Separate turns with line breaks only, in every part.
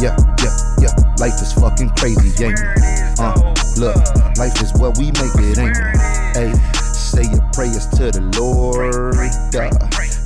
yeah, yeah, yeah. Life is fucking crazy, ain't it? Uh, look, life is what we make it, ain't it? Hey, say your prayers to the Lord. Duh.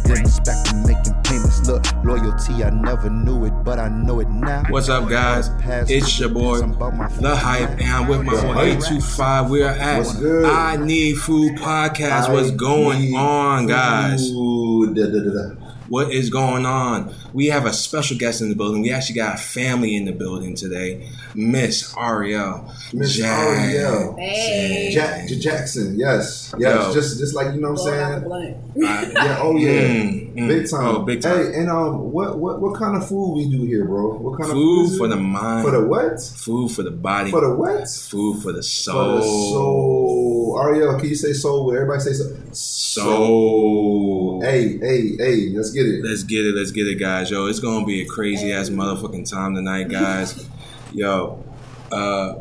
Then it's back to making payments. Look, loyalty, I never knew it, but I know it now.
What's up, guys? It's your boy, The Hype, and I'm with my
The
boy
Hype.
825. We're at
What's good?
I Need Food Podcast. What's
I
going
need
on, guys?
food. Da, da, da, da.
What is going on? We have a special guest in the building. We actually got family in the building today. Miss Ariel.
Miss
Jack.
Ariel.
Hey.
Jack J- Jackson, yes, yes,
Yo.
just just like you know what I'm saying.
Uh,
Yeah, oh yeah,
Mm, mm.
big time.
Oh, big time.
Hey, and um, what what what kind of food we do here, bro? What kind of
Food
is
for
it?
the mind.
for the what
Food for the body.
for the what
Food for the soul.
for the soul? Ariel, can you say soul? Everybody say soul.
Soul.
Hey, hey, hey, let's get it.
Let's get it, let's get it, guys. Yo, it's gonna be a crazy ass motherfucking time tonight, guys. Yo, uh,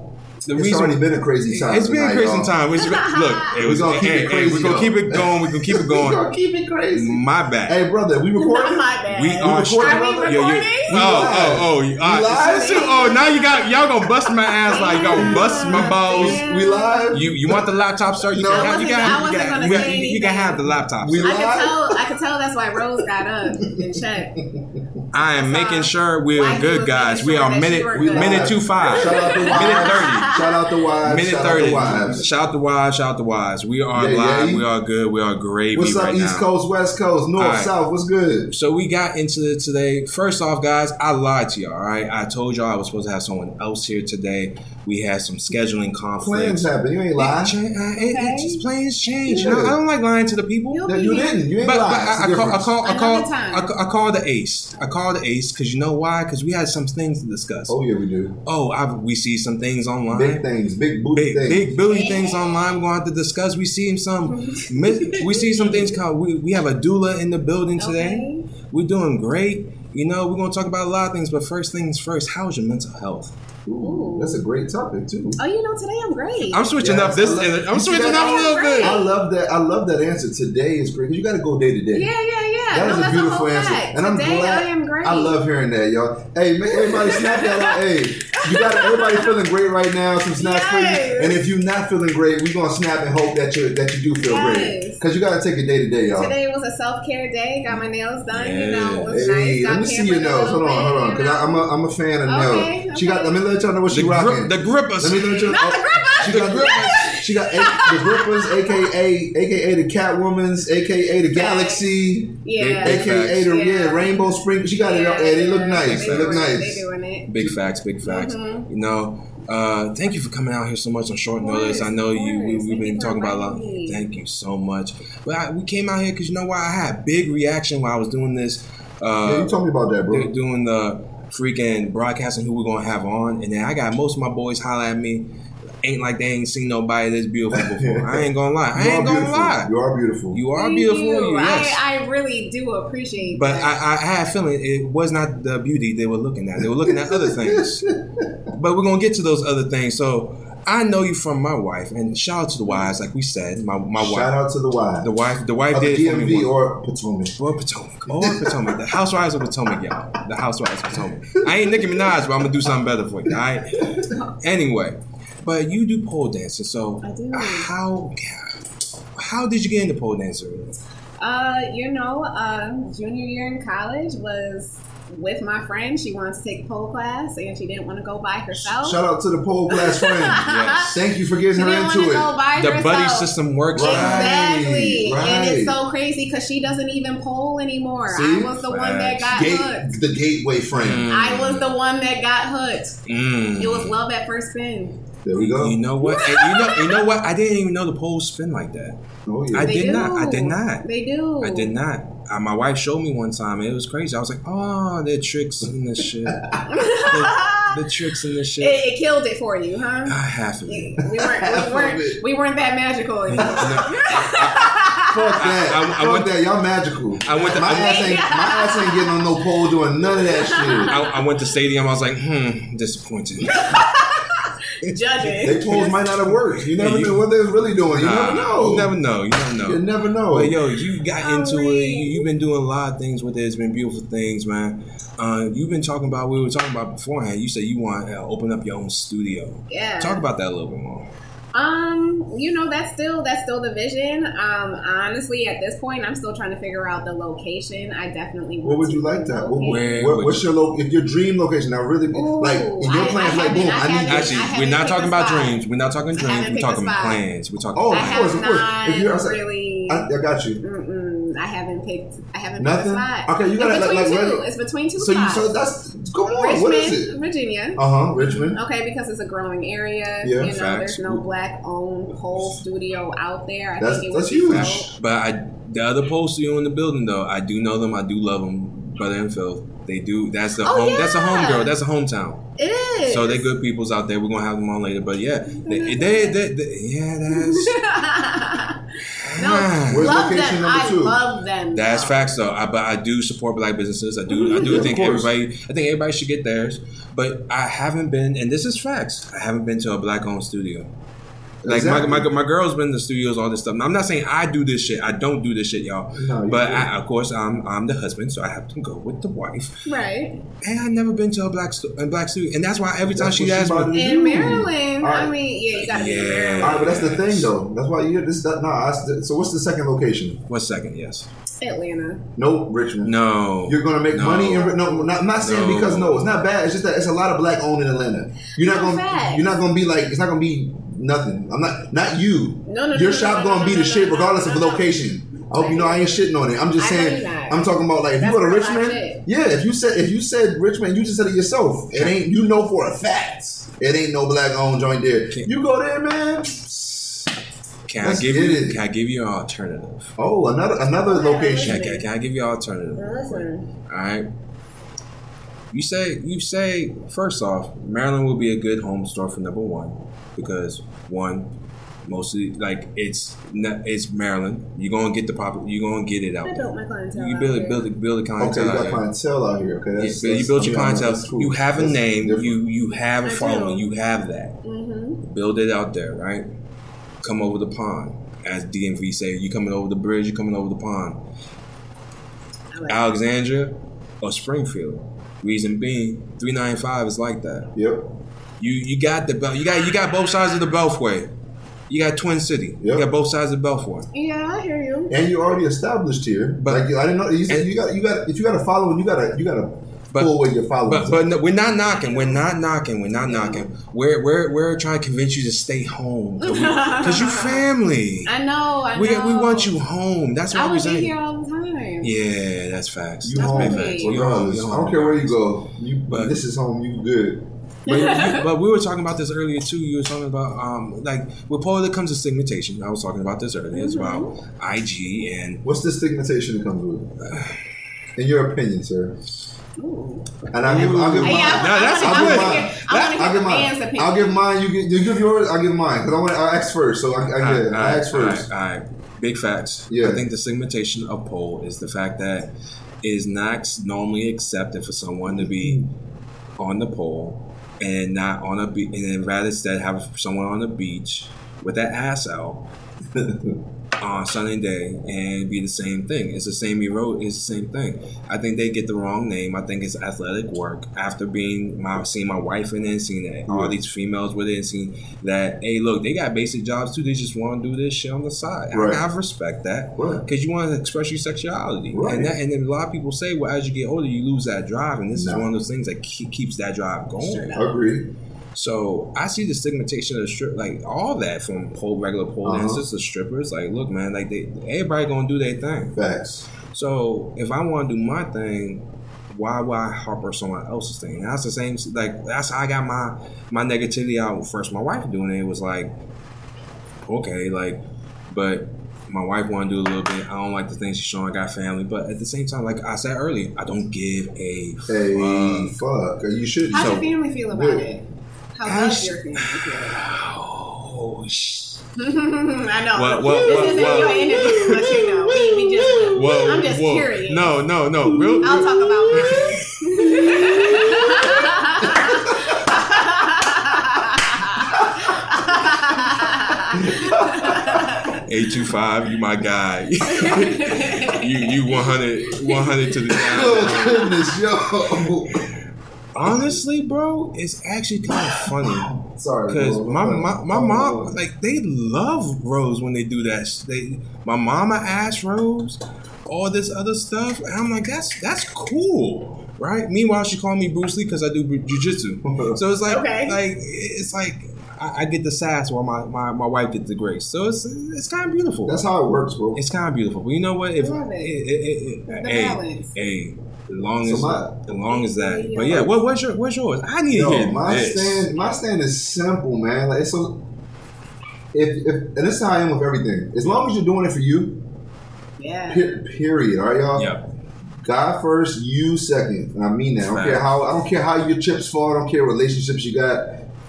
the
It's
reason
already been a crazy time.
it's been a
tonight,
crazy
y'all.
time. It's, look, it
We
was
gonna keep
hey,
it
hey, We're
crazy,
gonna
though.
keep it going. We're gonna keep it
We
going.
gonna keep it crazy.
My bad.
Hey, brother, we recording.
Not bad.
We are
recording,
straight-
Are we
Yo, you,
recording?
oh, oh, oh, you- all right.
live?
See, see, oh, now you got y'all gonna bust my ass like y'all bust my balls.
Yeah.
We live.
You you want the laptop, sir? You
No.
can
I
have, you
wasn't-
can
I
have, you
wasn't
can have,
gonna
you can-
say
you can have the
anything.
laptop.
We
I could
live.
tell. I could tell that's why Rose got up and checked.
I am making sure we
uh, Why
are
you
good,
was
guys.
making
We
sure
are
that
minute
you were
We
good.
minute
live.
two five.
Shout out the
Minute thirty.
wives. Shout out the wives.
Minute
Shout out
thirty.
the wives.
Shout out the wives. Shout out the wives. We are
Yeah,
live.
yeah.
We are good. We are gravy
What's up,
right
East
now.
Coast, West Coast, North,
All right.
South? What's good?
So we got into it today. First off, guys, I lied to y'all. All right, I told y'all I was supposed to have someone else here today. We had some scheduling conflicts.
Plans happen. You ain't
It,
lying.
cha- I- it- it
Okay.
just plans change. You
Yeah.
know, I don't like lying to the people.
You-
No, you didn't. You ain't
But, but
lying. It's
I,
the
I, call, I
difference.
call, I call,
Another time.
I, ca- I call the ace. I call the ace because you know why? Because we had some things to discuss.
Oh yeah, we do.
Oh, I, we see some things online.
Big things, big booty
Big,
things.
big Billy things online. We're gonna have to discuss. We see some, mi- we see some things. Called, we we have a doula in the building today. We're doing great. You know, we're gonna talk about a lot of things. But first things first, how's your mental health?
Ooh, that's a great topic too.
Oh, you know, today I'm great.
I'm switching
Yes,
up this.
I love-
I'm
you see
switching
that?
up a little bit.
I love that. I love that answer. Today is great because you got to go day to day.
yeah, yeah, yeah.
That
no,
is a
that's
beautiful
whole
answer,
fact.
and I'm
today
glad.
I am great.
I love hearing that, y'all. Hey, man, everybody, snap that out. Hey, you got everybody feeling great right now. Some snaps for
Yes.
you. And if you're not feeling great, we're gonna snap and hope that you that you do feel great
Yes.
because you got to take it day to day, y'all.
Today was a self care day. Got my nails done. You know, it was
Hey,
nice. Got
let me see your nails. Hold on, hold on, because I'm a, I'm a fan of
Okay,
nails. She got.
okay.
Let me let y'all know what
The,
she
grip,
rocking.
the grippers.
Let me let you.
Not the grippers.
She
The
got grippers. She got a, the grippers, aka aka the Catwoman's, aka the Galaxy,
yeah.
Big
aka
facts.
the yeah.
Yeah.
Rainbow Spring. She got it.
yeah,
up. Hey, they look
yeah.
nice. They look
doing it,
nice.
They doing it.
Big facts, big facts.
Mhm.
You know, uh, thank you for coming out here so much on short
Of
notice. I
course,
know
of
you. We,
course.
we've
Thank
been
you for
talking about a lot.
inviting me.
Thank you so much. But I, we came out here because you know why I had big reaction while I was doing this.
Yeah,
Uh,
you told me about that,
do-
bro.
doing the freaking broadcasting who we're gonna have on, and then I got most of my boys holler at me. Ain't like they ain't seen nobody this beautiful before. I ain't gonna lie. I
You are
ain't gonna
beautiful.
lie.
You are beautiful.
You are
Thank
beautiful.
you.
You, yes.
I, I really do appreciate
But
that.
I, I had a feeling it was not the beauty they were looking at. They were looking at other things. But we're gonna get to those other things. So I know you from my wife, and shout out to the wives, like we said, my my
Shout
wife,
out to the wives.
the wife, the wife
of the
did it for me.
DMV
once.
or Potomac.
or Potomac, or Potomac, the housewives of Potomac, y'all. The housewives of Potomac. I ain't Nicki Minaj, but I'm gonna do something better for you. All right. Anyway, but you do pole dancing, so
I do.
how how did you get into pole dancing?
Uh, you know, uh, junior year in college was with my friend. She wanted to take pole class, and she didn't want to go by herself.
Shout out to the pole class friend.
Oh. Yes.
Thank you for getting
she
her
didn't want to
into
go
it.
by
The
herself.
buddy system works.
Right.
Exactly, and it's
right.
so crazy because she doesn't even pole anymore.
See?
I was the one that got hooked.
Gate, the gateway friend.
I was the one that got hooked.
Mm.
It was love at first spin.
There we go.
You know what? And you know, you know what? I didn't even know the poles spin like that.
Oh yeah.
I
They
did
do.
not. I did not.
They do.
I did not. Uh, my wife showed me one time, and it was crazy. I was like, "Oh, the tricks in this shit. the, the tricks in this shit."
It, it killed it for you,
I
huh?
have
We
it.
weren't. We weren't. We weren't that magical anymore.
Fuck that.
I- I
Fuck
went-
that. Y'all magical.
I went to-
my,
I-
ass ain't, my ass ain't getting on no pole doing none of that shit.
I, I went to stadium. I was like, "Hmm, disappointed."
judging.
They polls might not have worked. You never
Yeah, you-
know what they was really doing. You never know.
You never know. You never know.
You never know.
But yo, you got
Oh,
into it.
wait.
You, you've been doing a lot of things with it. It's been beautiful things, man. Uh, you've been talking about we were talking about beforehand. You said you want to open up your own studio.
Yeah.
Talk about that a little bit more.
Um, you know, that's still that's still the vision. Um, honestly, at this point, I'm still trying to figure out the location. I definitely.
What
want
would
to
you like that? What,
relocate.
Where
what-
would
what's your lo- if your dream location? Now, really,
Ooh,
like if
I-
your
I
plans, like
haven't-
boom,
I
I need.
haven't-
Actually,
haven't
we're not
picked
talking
a
about
spot.
dreams. We're not talking dreams.
haven't
We're
picked a
talking
spot.
plans. We're talking.
Oh,
I
of course, of
have
course.
not
If you're outside-
really.
I, I got you.
mm-mm, I haven't picked. I haven't
Nothing?
picked a spot.
Okay, you gotta,
it's between
like, like,
two.
let-
it's between two
So you
spots.
so that's come on.
Richmond,
What is it?
Virginia.
Uh huh. Richmond.
Okay, because it's a growing area.
Yeah,
you know,
facts.
there's no black-owned pole studio out there. I
That's
think it
that's
would be
huge.
dope.
But I, the other posts you in the building though, I do know them. I do love them. Brother and Phil, they do. That's the
Oh,
home. That's a home
yeah.
girl. That's a hometown.
It is.
So they good peoples out there. We're gonna have them on later. But yeah, they, they, they, they- yeah, that's
no,
Where's
love them.
location number
I
two?
love them.
That's
though.
facts though. I, but I do support black businesses. I do. I do
Yeah, of
think
course.
everybody. I think everybody should get theirs. But I haven't been, and this is facts. I haven't been to a black owned studio. Like
Exactly.
my, my my girl's been to studios, all this stuff. Now, I'm not saying I do this shit. I don't do this shit, y'all.
No, you
but
do.
I, of course, I'm I'm the husband, so I have to go with the wife.
Right.
And I've never been to a black stu- a black studio, and that's why every time
That's
she
what she
asks
about
me,
to-
In
Ooh.
Maryland,
All
I
right.
mean, yeah, you gotta be in
Yeah.
Maryland.
All right, but that's the thing though. That's why you this that nah. That's, so what's the second location?
one second, yes,
Atlanta.
No, Richmond.
no,
You're gonna make
No.
money in no. Not, I'm not saying
No.
because no, it's not bad. It's just that it's a lot of black owned in Atlanta. You're not
No,
gonna.
facts.
You're not gonna be like. It's not gonna be nothing. I'm not. Not you.
No, no, no,
Your
no,
shop
no,
gonna
no,
be
no,
the
no,
shit
no,
regardless
no,
of the
no.
location. I hope you know I ain't shitting on it. I'm just
I know
saying.
you're not.
I'm talking about like if you
That's
go to
a lot of
Richmond.
shit.
Yeah, if you said if you said Richmond, you just said it yourself. It ain't. You know for a fact. It ain't no black owned joint there. You go there, man.
Can I
Let's
give
get
you?
it.
Can I give you an alternative?
Oh, another another
Yeah,
Can,
location.
can, can I give you an alternative?
Now listen,
All right. You say you say first off, Maryland will be a good home store for number one because one, mostly like it's not, it's Maryland. You're gonna get the pop. You're gonna get it out.
I
there.
built my clientele.
You
out
build
here.
it, build it, build a
Okay,
clientele.
you
out
got
there.
clientele out here. Okay, that's,
you, build- you
that's-
build your
I mean, I know,
clientele.
that's cool.
You have a
That's
name.
different.
You you have a
I do.
following. You have that.
Mhm.
Build it out there, right? Come over the pond, as DMV say. You coming over the bridge. You coming over the pond.
I
Uh,
like
Alexandria or Springfield. Reason being, three nine five is like that.
Yep.
You you got the bel- you got you got both sides of the Beltway. You got Twin City. You
Yep.
got both sides of the Beltway.
it. Yeah, I hear you.
and you're already established here.
But-
But like, I didn't know you, said
and-
you got you got if you got a following, you gotta you gotta
But-
pull away your followers.
But but no, we're not knocking. We're not knocking. We're not knocking. We're we're we're trying to convince you to stay home because you family.
I know. I
We
know.
we want you home. That's
I
why we
would be
say.
here all the time.
Yeah, that's facts.
you
That's
home,
big
okay.
facts. You home,
regardless.
you
I
home,
don't care where you
regardless.
go. You
But-
this is home. You good?
but, you- but we were talking about this earlier too. You were talking about um, like with Paula comes to segmentation. I was talking about this earlier
Mm-hmm.
as well. IG and
What's the stigmatization that comes with it? In your opinion, sir?
Ooh.
And I give I'll give
Yeah,
mine.
I,
No,
I,
that's
I,
a
wanna
good-
hear- I want to
I'll
hear
give
the fans'
mine.
opinion.
I'll give mine. You, get, you give yours. I'll give mine because I want. I ask first, so I, I get it. I ask
All right,
first.
all right, all right. Big facts.
Yeah.
I think the segmentation of pole is the fact that it is not normally accepted for someone to be on the pole and not on a beach, and then rather instead have someone on the beach with their ass out on Sunday day and be the same thing. It's the same erode. It's the same thing. I think they get the wrong name. I think it's athletic work. After being my seeing my wife in it, and seeing that all
Yeah.
these females with it, and seeing that hey, look, they got basic jobs too. They just want to do this shit on the side.
Right.
I, I respect that
Right.
because you want to express your sexuality,
Right.
and that, and then a lot of people say, well, as you get older, you lose that drive, and this is
No.
one of those things that ke- keeps that drive going.
Agreed.
So I see the stigmatization of the strip, like all that from pole, regular pole
Uh-huh.
dancers to strippers. Like, look, man, like they everybody gonna do their thing.
Facts.
So if I want to do my thing, why would I harper someone else's thing? And that's the same. Like that's how I got my my negativity out. First, my wife doing it was like, okay, like, but my wife want to do a little bit. I don't like the things she's showing. I got family, but at the same time, like I said earlier, I don't give a
Hey,
fuck.
fuck. You should.
How's
So-
your family feel about
Good.
it? How does
Ash-
your family feel? about
Oh shit.
it? I know.
What- what-
this
what-
isn't
what-
your interview, but you know, we, we just.
Whoa,
I'm just
whoa.
curious.
No, no, no. Real,
I'll talk about
eight two five. You my guy. you you 100, 100 to the
Oh
down.
goodness, yo.
Honestly, bro, it's actually kind of funny.
Sorry,
Because
bro.
my, my my
Oh,
mom like they love Rose when they do that. sh- They my mama asked Rose all this other stuff, and I'm like that's that's cool, right? Meanwhile, she called me Bruce Lee because I do bu- jujitsu. So it's like
Okay.
like it's like I, I get the sass while my, my, my wife gets the grace. So it's it's kind of beautiful.
that's how it works, bro.
it's kind of beautiful. But you know what? If
Love it.
it- it- it-
The
hey,
balance.
hey, as long
So
as
my-
as long as that. But
Yeah.
yeah, what what's your what's yours? I need to
Yo,
hear
my
this.
stand, my stand is simple, man. Like it's so. If, if and this is how I am with everything. As long as you're doing it for you,
Yeah.
pe- period. All right, y'all.
yeah.
God first, you second, and I mean that. I don't care
Facts.
how I don't care how your chips fall. I don't care what relationships you got.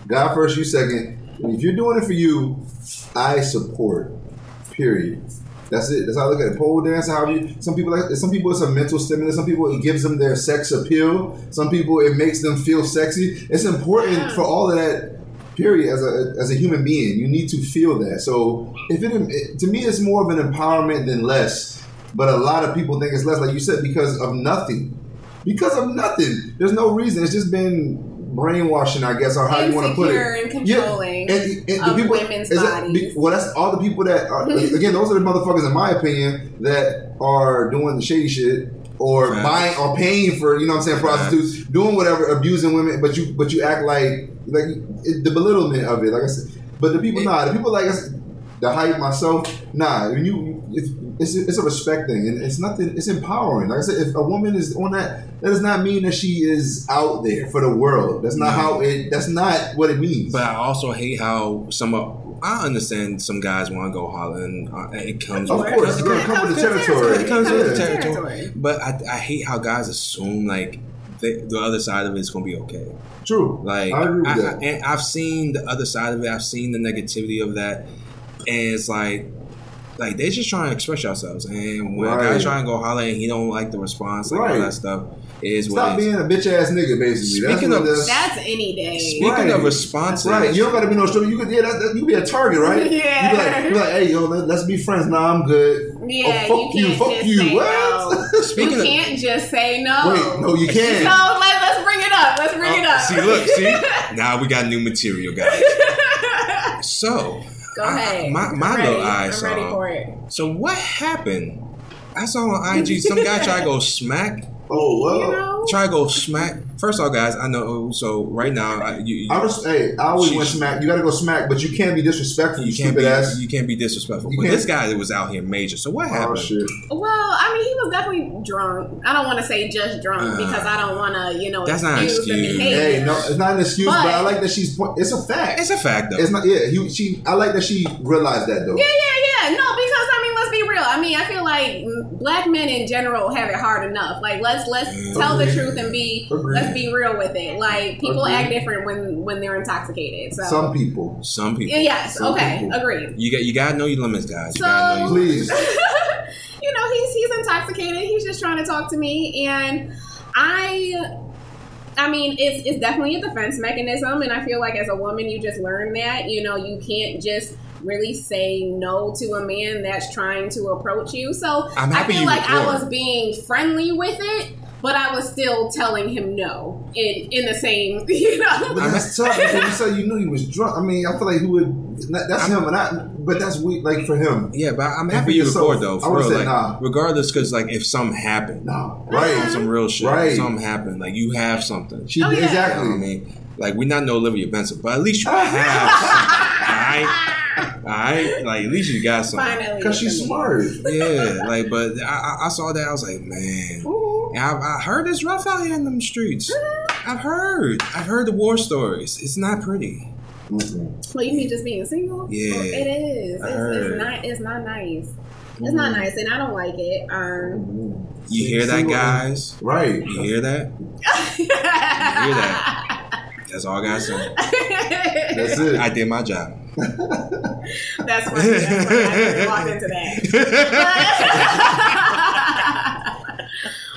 God first, you second. And if you're doing it for you, I support. Period. That's it. That's how I look at it. Pole dance. How you? Some people like. Some people it's a mental stimulus. Some people it gives them their sex appeal. Some people it makes them feel sexy. It's important
Yeah.
for all of that. Period. As a as a human being, you need to feel that. So if it, it to me, it's more of an empowerment than less. But a lot of people think it's less, like you said, because of nothing. Because of nothing. There's no reason. It's just been brainwashing, I guess, or how you want to put it.
Insecure and controlling
and, and
of
the people,
women's
is that-
bodies.
well, that's all the people that are, again, those are the motherfuckers, in my opinion, that are doing the shady shit or
Facts.
buying or paying for, you know what I'm saying, prostitutes, doing whatever, abusing women, but you but you act like, like it, the belittlement of it, like I said. But the people, nah, the people like us, the hype myself, nah, when you, it's, it's, it's a respect thing and it's nothing, it's empowering. Like I said, if a woman is on that, that does not mean that she is out there for the world. That's not
No.
how it, that's not what it means.
But I also hate how some of I understand some guys want to go hollering. Uh, it comes,
Of
with-
course, it's gonna come with the territory.
It comes with the
Yeah.
territory. But I, I hate how guys assume like the, the other side of it is gonna be okay.
True.
Like
I agree with that.
and I've seen the other side of it. I've seen the negativity of that, and it's like. Like they just trying to express yourselves, and when a guy
Right.
trying to go holler and he don't like the response, like all
Right.
that stuff it is
Stop
what it is.
being a bitch ass nigga, basically.
Speaking
that's
of-
what that's,
That's any day.
Speaking
Right.
of responses,
right. You don't gotta be no stripper. You could yeah, that, that, you be a target, right?
Yeah.
You be like, you be like hey yo, let, us be friends. Nah, I'm good.
yeah,
oh, fuck
you
you,
can't
fuck
just
you.
say
What?
no.
Speaking
you
of-
can't just say no.
Wait, no, you
So
can't.
let, let's bring it up. Let's bring it
Oh,
up.
See, look, see, now we got new material, guys. So,
Go
I-
ahead.
my- my
I'm
little
ready.
eye
I'm
saw.
ready for it.
so what happened? I saw on IG some guy try to go smack,
Oh well.
You know?
try to go smack. First off, guys, I know. So right now, I, you, you,
I was, hey, I always
She-
went smack. You gotta go smack, but you can't be disrespectful. You,
you can't
stupid
be
ass.
you can't be disrespectful.
You
But
can't-
this guy was out here major. So what
Oh
happened?
shit!
Well, I mean, he was definitely drunk. I don't want to say just drunk
Uh,
because I don't want to, you know,
that's not an
the
excuse.
behavior.
Hey, no, it's not an excuse, but,
But-
I like that she's. point- It's a fact.
It's a fact, though.
It's not. Yeah, he, she. I like that she realized that though.
Yeah, yeah, yeah. No, because I mean, let's be real. I mean, I feel like mm, black men in general have it hard enough. Like, let's let's tell the
Agreed.
truth and be
Agreed.
let's be real with it. Like, people
Agreed.
act different when when they're intoxicated. So,
Some people.
Some people,
Yeah, yes,
Some
okay,
people.
agreed.
you got you gotta know your limits, guys. You
So-
gotta know your
Please.
You know, he's he's intoxicated. He's just trying to talk to me, and I. I mean, it's, it's definitely a defense mechanism, and I feel like as a woman, you just learn that. You know, you can't just really say no to a man that's trying to approach you. So
I'm
I
happy
feel
you
like I
were.
was being friendly with it, but I was still telling him no in in the same, you know.
But that's tough because you said you knew he was drunk. I mean, I feel like he would. That's him, and I. But that's weak, like for him.
Yeah, but I'm
And for
happy you
yourself,
record though.
I
For
would've
real,
said
like,
nah.
regardless, because like if something happened,
No,
on
right?
some real shit,
Right.
something happened, like you have something.
She
Oh, yeah.
You know what I
exactly.
mean? Like we're not no Olivia Benson, but at least you have something. Alright? Alright? Like at least you got something.
Finally,
Because she's smart.
Yeah. Like but I, I- I saw that, I was like, man.
Mhm.
And I, I heard it's rough out here in them streets. I've heard. I've heard the war stories. It's not pretty.
Mm-mm.
Well, you mean just being single?
Yeah.
Well, it is.
I
It's, it's
heard. Mm-hmm.
not. It's not nice. It's not nice, and I don't like it. Um,
You hear that,
Single-
guys?
Right.
You hear that?
you hear
that? That's all I got to say.
That's it.
I did my job.
That's funny. That's funny. I never walked into that.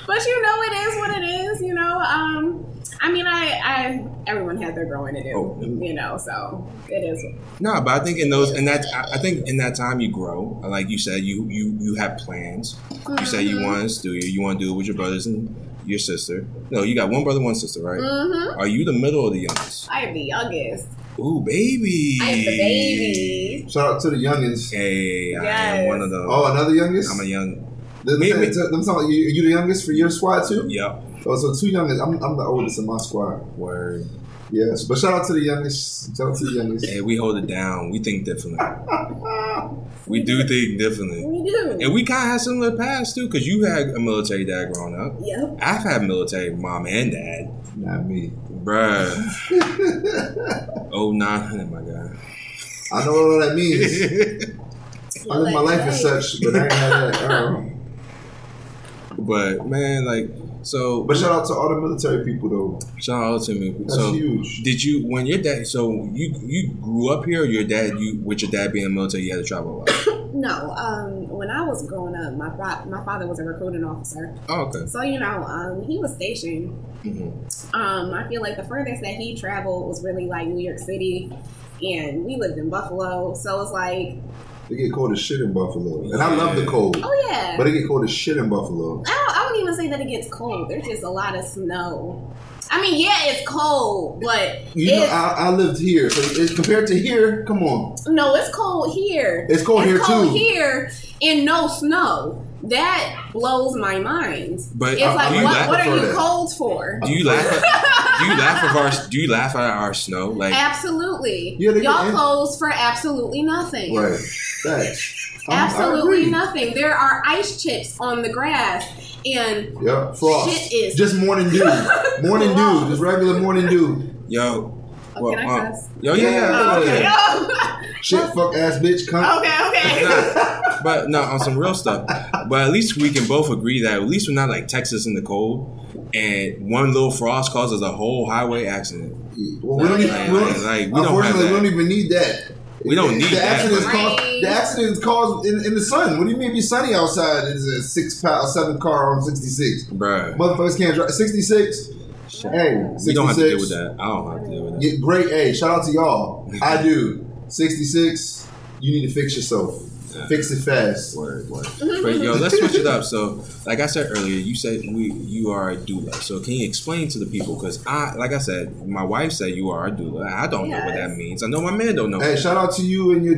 But, but you know, it is what it is. You know, um, I mean, I, I everyone has their growing to do,
Oh.
you know. So it is.
No, but I think in those in that I I think in that time you grow. Like you said, you you you have plans. You say you want a studio. You want to do it with your brothers and your sister. No, you got one brother, one sister, right?
Mm-hmm.
Are you the middle or the youngest?
I am the youngest.
Ooh, baby.
I am the baby.
Shout out to the youngins.
Hey, I am
Yes.
one of those.
Oh, another youngest.
I'm a young.
Them
Me- me-
saying- them talking- you, you the youngest for your squad too?
Yep.
Oh, so two youngest. I'm, I'm the oldest in my squad.
Word.
Yes, but shout out to the youngest. Shout out to the youngest. Ah,
Hey, we hold it down. We think differently. we do think differently.
We do.
And we kind of had similar past too, because you had a military dad growing up.
yep.
I've had military mom and dad.
Not me.
Bruh. oh, 900, my God.
I know what all that means. I live my
Like,
life as
like,
such, but I ain't had that. uh,
but, man, like, so,
but shout out to all the military people though.
shout out to me.
That's
So,
huge.
did you, when your dad, so you you grew up here, or your dad, you with your dad being military, you had to travel a lot?
No. Um. When I was growing up, my fa- my father was a recruiting officer,
Oh, okay.
so you know, um, he was stationed
Mhm.
Um, I feel like the furthest that he traveled was really like New York City, and we lived in Buffalo, so it's like,
They get cold as shit in Buffalo, and I love the cold,
oh yeah.
but it get cold as shit in Buffalo.
I, don't, I wouldn't even say that it gets cold. There's just a lot of snow. I mean, yeah, it's cold, but
You know,
it's,
I, I lived here, so it's, compared to here, come on,
no, it's cold here.
it's cold here
it's cold
too.
here and no snow. That blows my mind.
But
It's
are-
like,
are you
what,
laughing
what are
for
you
that?
cold for?
Do you laugh? At, do you laugh at our? Do you laugh at our snow? Like,
Absolutely.
Yeah, they-
Y'all clothes for absolutely nothing.
Right, facts. I'm- Oh, I
Absolutely
agree.
nothing. There are ice chips on the grass, and
Yep, frost.
Shit is-
just morning dew. Morning dew.
Frost.
Just regular morning dew.
yo,
Oh,
well,
can I
uh,
cuss?
yo, yeah, yeah,
Yeah.
okay.
Okay. Shit, fuck ass bitch, cunt.
okay, okay.
Nah, but no, on some real stuff. But at least we can both agree that at least we're not like Texas in the cold, and one little frost causes a whole highway accident.
Well, we don't need,
Like,
we don't,
like, like, we don't
unfortunately,
have
we
that.
don't even need that.
We don't need
the
that,
Accident is
but-
caused, The accident is caused in, in the sun. What do you mean? Be sunny outside. It's a six pound, seven car on sixty six.
Bruh.
Motherfuckers can't drive sixty six. Hey,
We don't have to deal
sixty
with
six.
that. I don't have to deal with that.
Yeah, great. Hey, shout out to y'all. I do sixty six. You need to fix yourself.
Yeah.
Fix it fast.
Word, word. But yo, let's switch it up. So, like I said earlier, you said we you are a doula. So, can you explain to the people? Because I, like I said, my wife said you are a doula. I don't know what that
Yes.
means. I know my man don't know.
Hey, shout out to you and your.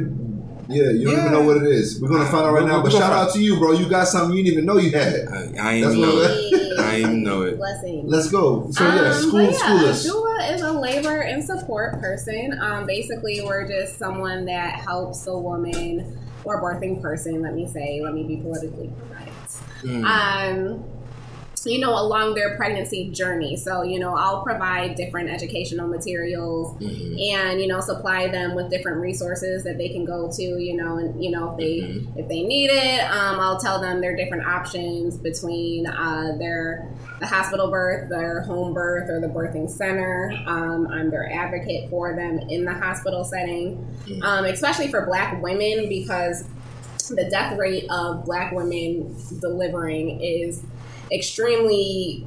Yeah, you don't
Yeah.
even know what it is. We're gonna find out right
We're-
now.
we're
But
gonna
shout
find-
out to you, bro. You got something you didn't even know you
I,
had.
I
That's
ain't
what
know
I'm-
it. I ain't know it.
Blessing.
Let's go. So yeah,
Um,
school,
but
school
yeah,
us.
a doula is a labor and support person. Um, basically, we're just someone that helps a woman or birthing person. Let me say, let me be politically correct.
Mm.
um, you know, along their pregnancy journey. So, you know, I'll provide different educational materials
Mhm.
and, you know, supply them with different resources that they can go to, you know, and, you know, if they,
Mhm.
if they need it, um, I'll tell them their different options between, uh, their, the hospital birth, their home birth or the birthing center. Um, I'm their advocate for them in the hospital setting,
Mhm.
um, especially for black women because the death rate of black women delivering is extremely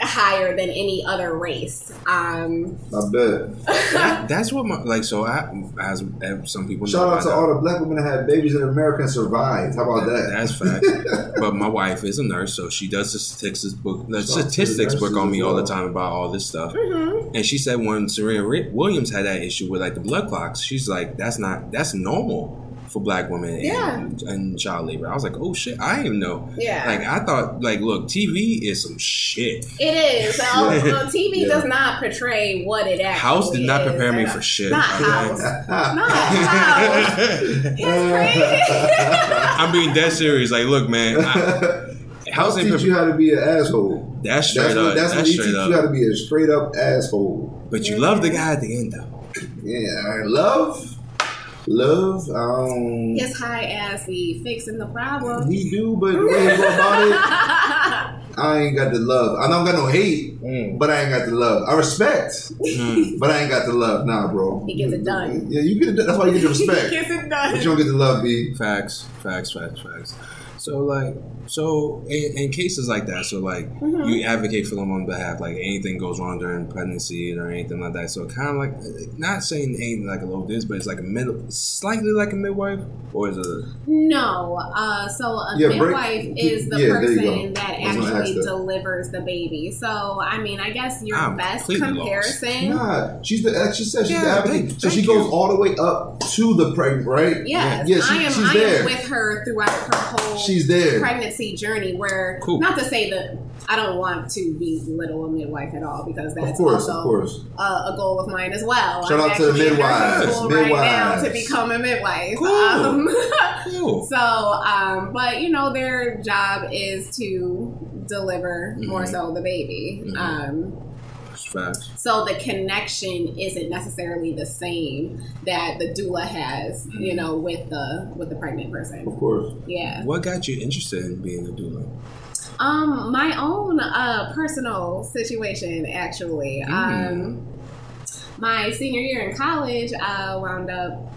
higher than any other race. Um,
I bet.
That- that's what my like. So I, as, as some people
Shout
know,
out to
I-
all the black women that had babies in America and survived. How about that?
That's fact. but my wife is a nurse, so she does the statistics book, the
Shout out to the
statistics book on
nurses
me
as
all the
well.
time about all this stuff.
mhm.
And she said when Serena Ri- Williams had that issue with like the blood clots, she's like, that's not that's normal for black women and,
Yeah.
and child labor. I was like, oh shit, I didn't even know.
Yeah,
Like I thought, like look, TV is some shit.
it is. So,
Yeah.
so TV
Yeah.
does not portray what it actually
House did not
is
prepare me
at
for
all.
shit.
Not
okay?
House. Not House.
I'm being dead serious. Like, look, man, I, House ain't
teach you
prepared.
how to be an asshole.
That's straight
That's
up.
what,
That's,
that's what he teach
straight
you
up.
how to be a straight up asshole.
But you love the guy at the end though.
Yeah, love, love. Um,
His high ass be fixing the problem.
he do, but the way he go about it, I ain't got the love. I don't got no hate, but I ain't got the love. I respect,
Mm.
but I ain't got the love. Nah, bro.
He gets it done.
Yeah, you get it done. That's why you get the
He
respect.
gets it
but you
done.
don't get the love, B.
Facts, facts, facts, facts. So like, so in, in cases like that, so like
Mhm.
you advocate for them on behalf, like anything goes wrong during pregnancy or anything like that. So kind of like, not saying ain't like a little this, but it's like a middle, slightly like a midwife, or is it? A,
No, uh, so a
Yeah, break-
midwife is the
yeah, there you
person
go.
that
I was gonna
actually
ask that.
delivers the baby. So, I mean, I guess your
I'm
best
completely lost.
comparison.
Nah, she's the. uh, She said she's the
Yeah,
advocate,
thank-
so she
thank
goes
you.
all the way up to the pregnant, right?
Yes,
Yeah, she-
I am.
she's
I
there.
am with her throughout her whole
She's there.
pregnancy journey. Where
Cool.
not to say that I don't want to be little a midwife at all because that's
Of course,
also
of course.
A, a goal of mine as well.
Shout
I'm
out to the
actually in nursing
midwives,
school right now to
midwives.
become a midwife.
Cool.
Um,
cool.
So, um, but you know, their job is to deliver
Mm-hmm.
more
Mhm.
so the baby.
Mhm.
Um,
It's facts.
so the connection isn't necessarily the same that the doula has,
Mm-hmm.
you know, with the with the pregnant person.
Of course.
Yeah.
What got you interested in being a doula?
Um, my own uh, personal situation, actually. Um, my senior year in college, I wound up.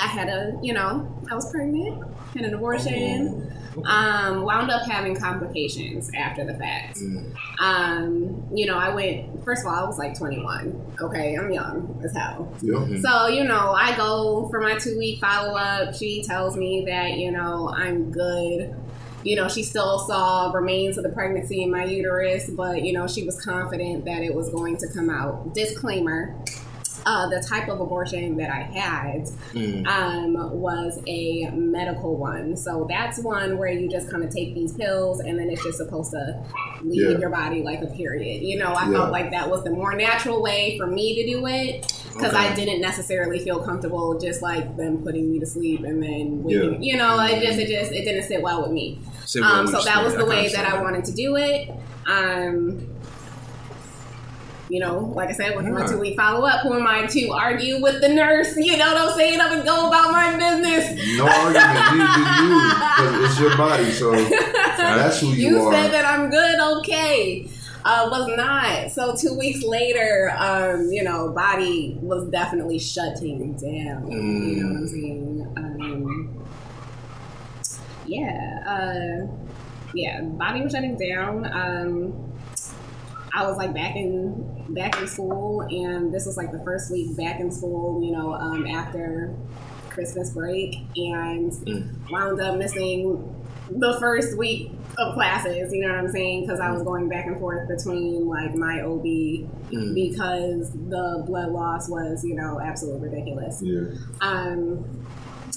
I had a, you know, I was pregnant, had an abortion.
Oh, okay.
um, wound up having complications after the fact.
Mm.
Um, you know, I went, first of all, I was like 21. Okay, I'm young as hell.
Yeah.
Mhm.
So, you know, I go for my two week follow up. She tells me that, you know, I'm good. You know, she still saw remains of the pregnancy in my uterus, but, you know, she was confident that it was going to come out. Disclaimer. Uh, the type of abortion that I had
Mm.
um, was a medical one. So that's one where you just kind of take these pills and then it's just supposed to leave
Yeah.
your body like a period. You know, I
Yeah.
felt like that was the more natural way for me to do it because
Okay.
I didn't necessarily feel comfortable just like them putting me to sleep and then waking, you know, it just it just it didn't sit well with me.
Say what
Um,
would
so
you
that
say?
was the
kinda
way
see
that I wanted to do it. Um, you know, like I said, with my
Yeah.
two week follow up, who am I to argue with the nurse? You know what I'm saying? Up and go about my business.
No argument. You do you. 'cause It's your body, so that's who you,
You
are.
said that I'm good, okay. Uh, was not. So two weeks later, um, you know, body was definitely shutting down. You know what I'm saying? Um, yeah, uh, yeah, body was shutting down. Um, I was like back in back in school, and this was like the first week back in school. You know, um, after Christmas break, and
Mm.
wound up missing the first week of classes. You know what I'm saying? Because I was going back and forth between like my OB
Mm.
because the blood loss was, you know, absolutely ridiculous.
Yeah.
Um,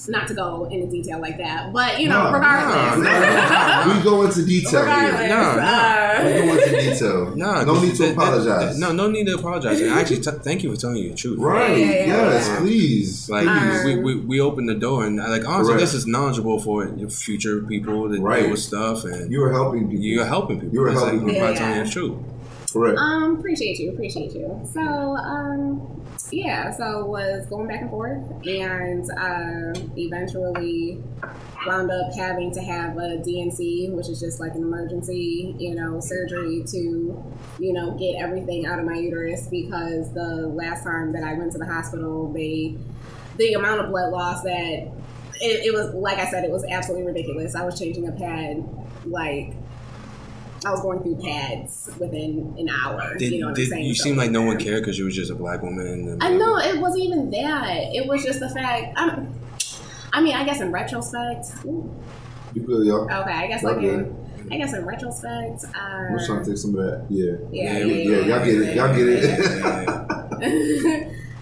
not to go into detail like that, but you know,
No,
regardless,
no,
we go into detail
regardless,
here.
No, no.
uh,
We go into detail.
Mm. Nah,
no
'cause
need to
that- that-
apologize.
no, no need to apologize. And actually, t- thank you for telling you the truth.
Right.
Yeah, yeah, yeah,
yes,
yeah.
please.
Like
Um,
we, we we opened the door and like honestly,
Right.
this is knowledgeable for your future people to
Right.
deal with stuff and
you are helping people.
you're helping people.
You are
It's like,
helping
by
people.
telling
Yeah.
the truth.
Correct.
um, appreciate you, appreciate you. So, um, yeah, so was going back and forth, and uh, eventually wound up having to have a DNC, which is just like an emergency, you know, surgery to, you know, get everything out of my uterus because the last time that I went to the hospital, they the amount of blood loss that it, it was like I said, it was absolutely ridiculous. I was changing a pad like I was going through pads within an hour.
Did,
you know what
did
I'm saying?
you
So-
seem like no one cared because you was just a black woman? And uh,
I know it wasn't even that. It was just the fact. I'm, I mean, I guess in retrospect. ooh,
You good, y'all?
okay, I guess
Not
like
good.
in, I guess in retrospect. Uh,
I'm just trying to take some of that. Yeah.
yeah,
Yeah,
yeah,
we-
yeah, y'all get it, y'all get it.
yeah, yeah.
Yeah.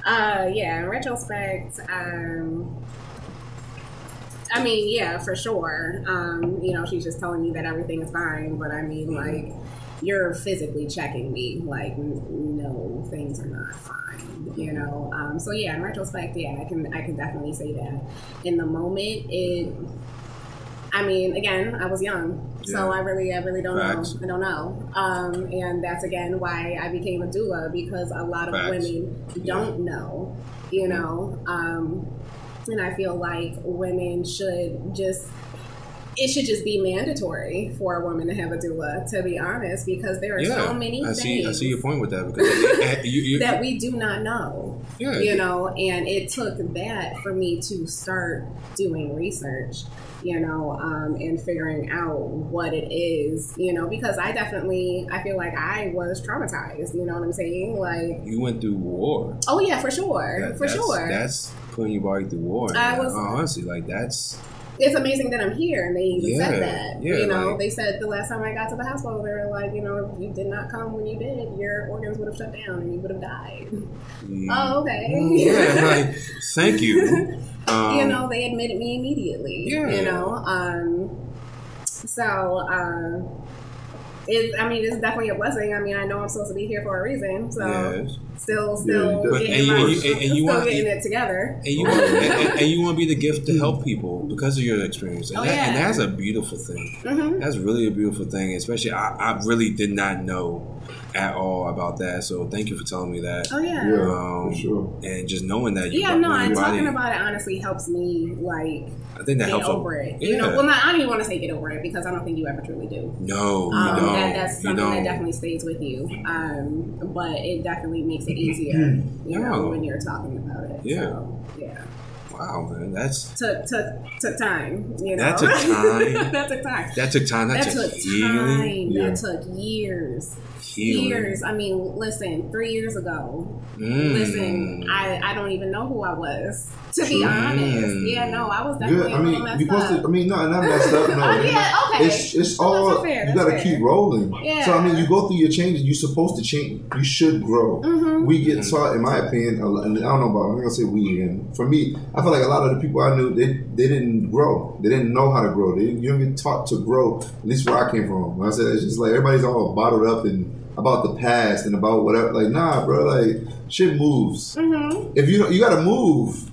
uh, yeah, in retrospect, um, I mean, yeah, for sure. Um, you know, she's just telling me that everything is fine, but I
Mm-hmm.
mean, like, you're physically checking me. Like, n- no, things are not fine. You know. Um, so yeah, in retrospect, yeah, I can I can definitely say that. In the moment, it. I mean, again, I was young, so
Yeah.
I really, I really don't
Facts.
know. I don't know. Um, and that's again why I became a doula because a lot of
Facts.
women don't know, you know. Um, and I feel like women should just it should just be mandatory for a woman to have a doula, to be honest, because there are
yeah,
so many
I
things
see. I see your point with that because you, you,
that we do not know.
yeah,
You know, and it took that for me to start doing research, you know, um, and figuring out what it is, you know, because I definitely, I feel like I was traumatized, you know what I'm saying? Like,
you went through war.
oh yeah, for sure,
That-
for
that's,
sure.
That's putting your body through war.
I
man.
was-
honestly like that's
it's amazing that I'm here. And they even
Yeah,
said that.
yeah,
you know,
like-
they said the last time I got to the hospital, they were like, you know, if you did not come when you did, your organs would have shut down and you would have died. Oh, okay.
Mm. yeah. Like thank you. Um,
you know, they admitted me immediately.
Yeah.
You know, um, so. Um, it, I mean, it's definitely a blessing. I mean, I know I'm supposed to be here for a reason, so
yes.
still,
Yeah,
still
you
definitely-
getting, my,
And you- and you- and you
still
want-
getting it together.
and you want, and, and you want to be the gift to help people because of your experience, and,
Oh,
that, and
yeah.
that's a beautiful thing.
hmm
That's really a beautiful thing, especially I, I really did not know at all about that. So thank you for telling me that,
Oh yeah.
Yeah,
Um,
for sure.
and just knowing that you
Yeah, no,
your
and
body,
talking about it honestly helps me like
I think that
get
helps. a-
over it. You know,
Yeah.
well, not, I don't even want to say get over it because I don't think you ever truly do.
no,
Um,
you don't.
that, that's
you
something
don't.
that definitely stays with you. Um, but it definitely makes it easier, you
No.
know, when you're talking about it.
Yeah.
So, yeah.
wow, man, that's
Took took took time. You know,
That took time.
that took time.
that took time. That,
That took
healing,
time.
Yeah.
That took years.
healing.
Years. I mean, listen, three years ago,
Mm.
Listen, I, I don't even know who I was. To be
Mm.
honest, yeah, no, I was
Yeah,
definitely
I
a little
mean,
messed
you posted.
up.
I mean, no, not messed up. No,
oh yeah, okay.
it's it's
No,
all
that's fair,
you
that's
gotta
fair.
keep rolling.
Yeah.
So I mean, you go through your changes. You're supposed to change. You should grow.
Mhm.
We get taught, in my opinion, a lot, and I don't know about. I'm gonna say we again. For me, I feel like a lot of the people I knew, they they didn't grow. They didn't know how to grow. They you don't get taught to grow. At least where I came from. When I said it's just like everybody's all bottled up and about the past and about whatever. Like nah, bro. Like shit moves
Mhm.
if you don't, you gotta move,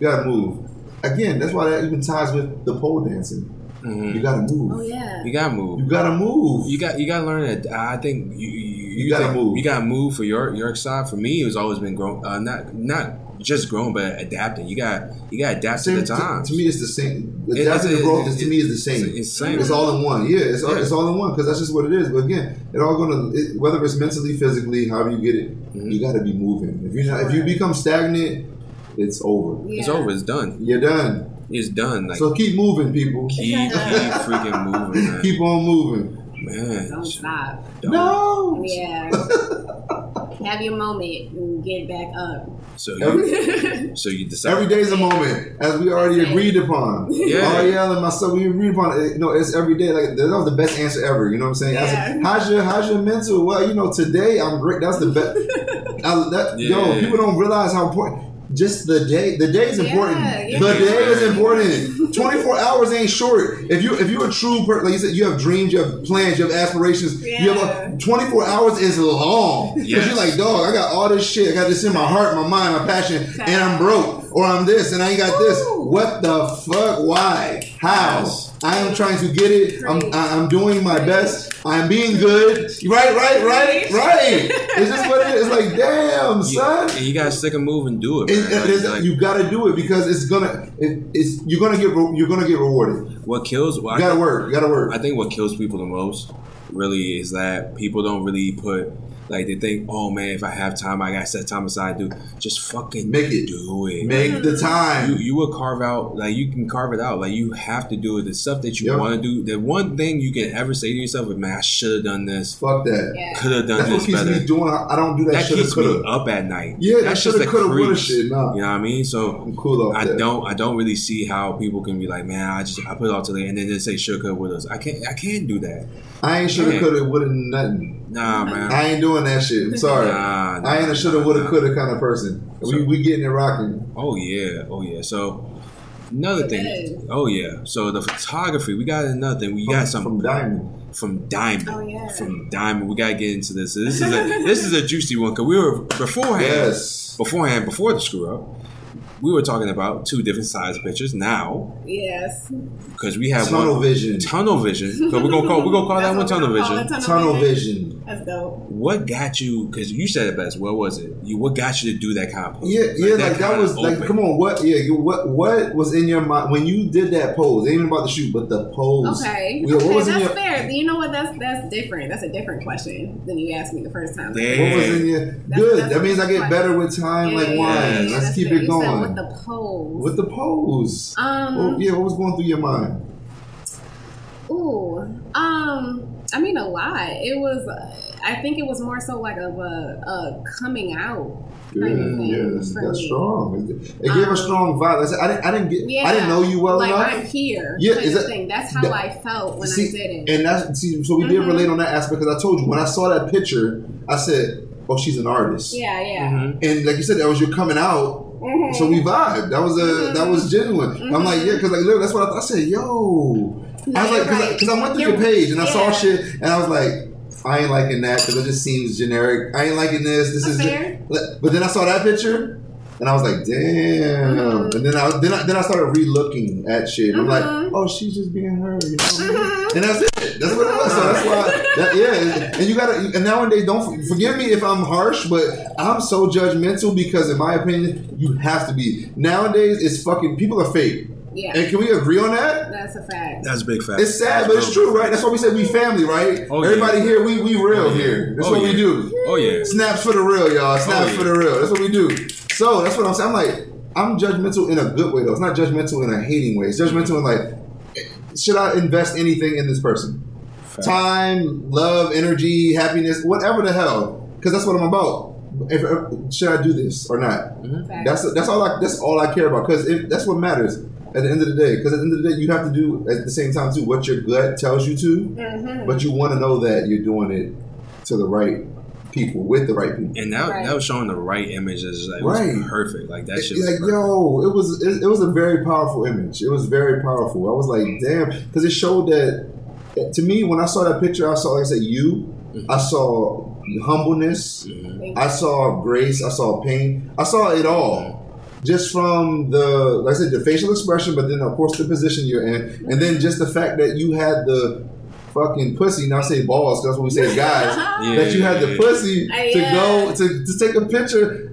you gotta move. Again, that's why that even ties with the pole dancing.
Mhm.
You gotta move.
Oh yeah.
You gotta move.
You gotta move.
You got you got to learn that. I think you you,
You gotta
think-
move.
You got to move for your your side. For me, it's always been grown. Uh, not not just grown, but adapting. You got you got to adapt to
Same-
the times.
To, me, it's the same.
It-
That's
it-
the growth. Is,
it-
to me, is the same.
it's same.
It's all in one. Yeah, it's all,
Yeah.
it's all in one because that's just what it is. But again, it all gonna it, whether it's mentally, physically, however you get it,
Mhm.
you gotta be moving. If you not if you
Right.
become stagnant, it's over.
yeah.
It's over. It's done.
You're done.
It's done. Like
so keep moving, people.
keep keep freaking moving, man.
Keep on moving.
man
Don't stop.
don't-
No.
Yeah. Have your moment and get back up.
So
Every-
you so you decide.
Every day is a moment, as we already agreed upon. Oh,
Yeah.
Ariel and myself, we agreed upon. it. You know, it's every day. Like that was the best answer ever. You know what I'm saying? I said,
Yeah.
how's your How's your mental? Well, you know, today I'm great. That's the best. I, that,
Yeah.
Yo, people don't realize how important. Just the day, the day is important.
Yeah,
The
yeah.
day is important. Twenty four hours ain't short. If you if you're a true person, like you said, you have dreams, you have plans, you have aspirations. You
Yeah.
have twenty four hours is long. 'Cause
Yes.
you're like, dog, I got all this shit. I got this in my heart, my mind, my passion, and I'm broke, or I'm this, and I ain't got this.
Woo.
What the fuck? Why? How?
Yes.
I am trying to get it. I'm,
Preach.
I- I'm doing my best. I'm being good. Right, right, right,
Preach.
right. It's just what it is. It's like, damn,
you,
son.
and you gotta stick and move and do it.
It-
man.
it-
Like,
it's-
like,
uh, you got to do it because it's gonna. It, it's you're gonna get re- you're gonna get rewarded. You
what kills? Well, I
got to
think-
work. You got to work.
I think what kills people the most really is that people don't really put like they think, oh man, if I have time, I gotta set time aside. to Do just fucking
Make it.
do it.
Make the
Mm-hmm.
time.
you you will carve out like you can carve it out. Like you have to do it. The stuff that you
Yeah.
want to do. The one thing you can ever say to yourself is, man, I should have done this.
Fuck that.
Yeah.
Could have done
That's what
this
keeps
better.
me doing. I I don't do that,
that
shoulda
keeps
coulda.
me up at night.
Yeah, that
That's just
shoulda
a
coulda woulda
creep.
shit. Nah,
You know what I mean? So
I'm cool off
I
that.
don't I don't really see how people can be like, man, I just I put it all today and then they say sugar with us. I can't I can't do that.
I ain't shoulda
Yeah.
coulda woulda nothing.
Nah, man.
I ain't doing that shit. I'm sorry.
Nah, nah,
I ain't a shoulda woulda
nah.
coulda kind of person.
So-
We we getting it rocking.
Oh yeah, oh yeah. So another thing.
Okay.
Oh yeah. So the photography, we got another thing. We got something
from Diamond.
From Diamond.
Oh, yeah.
From Diamond. We gotta get into this. So this is a this is a juicy one because we were beforehand.
Yes.
Beforehand, before the screw up, we were talking about two different size pictures now
Yes.
because we have
Tunnel
one
vision.
tunnel vision. So we're gonna call we're gonna call
That's
that one
what
tunnel
we're gonna call
vision.
it,
Tunnel vision.
That's dope.
What got you? Because you said it best. What was it? You what got you to do that kind of pose?
Yeah, yeah, like that
kind
was
of
like,
open.
come on, what? Yeah, you- what? What was in your mind when you did that pose? It ain't about the shoot, but the pose.
Okay.
Yeah,
okay,
what was in
that's
your?
fair. You know what? That's that's different. That's a different question than you asked me the first time.
Damn.
What was in your? Good.
that's
that means I get
fine.
better with time, like wine.
yeah,
Let's
that's
keep
fair.
it
You Said with
going.
the pose.
With the pose.
um.
Well, yeah, what Oh, was going through your mind?
Ooh, um, I mean, a lot. It was, uh, I think it was more so like of a, a coming out.
Yeah,
kind of thing
yeah, that's,
for
that's
me.
strong. It, it gave a
Um,
strong vibe. That's- I didn't, I didn't get,
Yeah,
I didn't know you well
like
enough.
I'm here.
Yeah,
Yeah, kind
is
of
that-
thing. That's how
that-
I felt when I did it.
And that's see, so we did
Mhm.
relate on that aspect because I told you when I saw that picture, I said, "Oh, she's an artist."
yeah, yeah.
Mhm.
And like you said, that was your coming out.
Mhm.
Mm-hmm. So we vibed. That was a
Mm-hmm.
that was genuine. I'm like, yeah, because like literally, that's what I, thought. I said. Yo,
No,
I was like,
you're
because I,
right.
'cause I went through your
You're-
page and I saw
yeah.
shit, and I was like. I ain't liking that because it just seems generic. I ain't liking this. This is,
Fair.
ge-" but then I saw that picture, and I was like, "Damn!"
Mhm.
And then I then I, then I started re-looking at shit. I'm like,
Mhm.
"Oh, she's just being her," you know?
Mhm.
and that's it. That's what it was. So that's why, that, yeah. And you gotta. And nowadays, don't forgive me if I'm harsh, but I'm so judgmental because, in my opinion, you have to be. Nowadays, it's fucking people are fake.
Yeah,
And can we agree on that?
that's a fact.
That's a big fact.
It's sad, but it's true, right? That's why we say we family, right?
Oh, yeah.
Everybody here, we we real
Oh, yeah.
here. That's
Oh,
what we
yeah.
do.
Oh yeah.
Snaps for the real, y'all. Snaps
Oh, yeah.
for the real. That's what we do. So that's what I'm saying. I'm like, I'm judgmental in a good way though. It's not judgmental in a hating way. It's judgmental in like, should I invest anything in this person?
Fact.
time, love, energy, happiness, whatever the hell, because that's what I'm about. If, if- should I do this or not?
Fact.
That's that's all I that's all I care about because that's what matters at the end of the day. Because at the end of the day, you have to do at the same time too what your gut tells you to,
Mhm.
but you want to know that you're doing it to the right people with the right people.
And that,
Right.
that was showing the right images. Like, It
Right.
was perfect. Like that
It-
shit. Was
like
perfect.
yo, it was it, it was a very powerful image. It was very powerful. I was like, damn, because it showed that eh, to me when I saw that picture, I saw like I said, you.
Mm-hmm.
I saw humbleness.
Mhm.
Thank
I saw grace. I saw pain. I saw it all. Just from the, like I said, the facial expression, but then of course the position you're in, and then just the fact that you had the fucking pussy. Now I say balls, 'cause that's what we say, guys
you.
Yeah.
that you had the pussy
I-
to
Oh, yeah.
go to, to take a picture,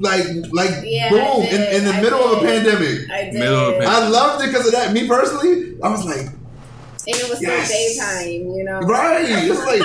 like like
Yeah,
boom
I
in, in the
did. I
middle of a
did.
pandemic.
I did.
Middle of the
and
picture.
I loved it because of that. Me personally, I was like,
it was
Yes.
still daytime, you know.
right, it's like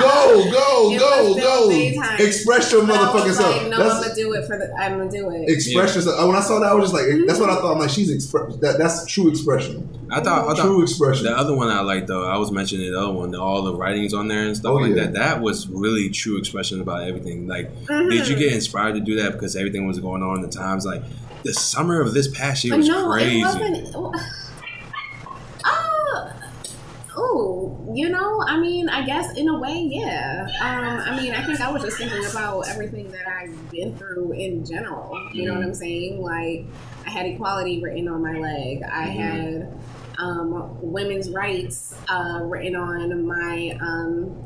go go
It
go
was still
go,
daytime.
express your
But I
motherfucking
was
self.
like, no, I'm
That's
gonna do it for the. I'm gonna do it.
express yourself. When I saw that, I was just like, that's
Mm-hmm.
what I thought. I'm like, she's express. That that's true expression.
I thought. I thought.
True expression.
The other one I like though, I was mentioning the other one, the, all the writings on there and stuff
Oh,
like
yeah.
that. That was really true expression about everything. Like, did you get inspired to do that because everything was going on at the times? Like, the summer of this past year was
no,
crazy.
it wasn't. Uh, oh, you know, I mean, I guess in a way, yeah. Um, I mean, I think I was just thinking about everything that I've been through in general. You know what
Mm-hmm.
I'm saying? Like, I had equality written on my leg. I
Mm-hmm.
had um, women's rights uh, written on my um,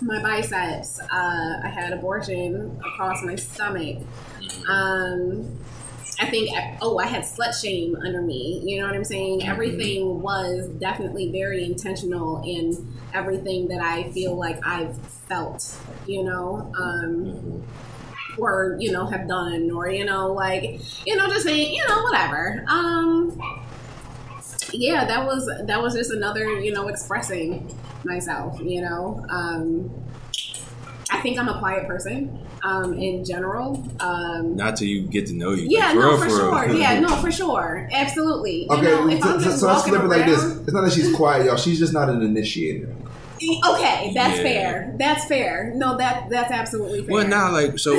my biceps. Uh, I had abortion across my stomach. Um, I think, oh, I had slut shame under me. You know what I'm saying? Everything was definitely very intentional in everything that I feel like I've felt, you know, um, or, you know, have done, or, you know, like, you know, just saying, you know, whatever. Um, yeah, that was, that was just another, you know, expressing myself, you know, um, I think I'm a quiet person um, in general. Um,
Not till you get to know you.
yeah,
Like,
no,
real,
for
real.
sure. Yeah, no, for sure. Absolutely. You
Okay,
know, if
so,
I'm
so,
just
so let's
walking
flip it
around,
like this. It's not that she's quiet, y'all. She's just not an initiator.
eh, Okay, that's
Yeah.
fair. That's fair. No, that that's absolutely fair.
Well, now, like, so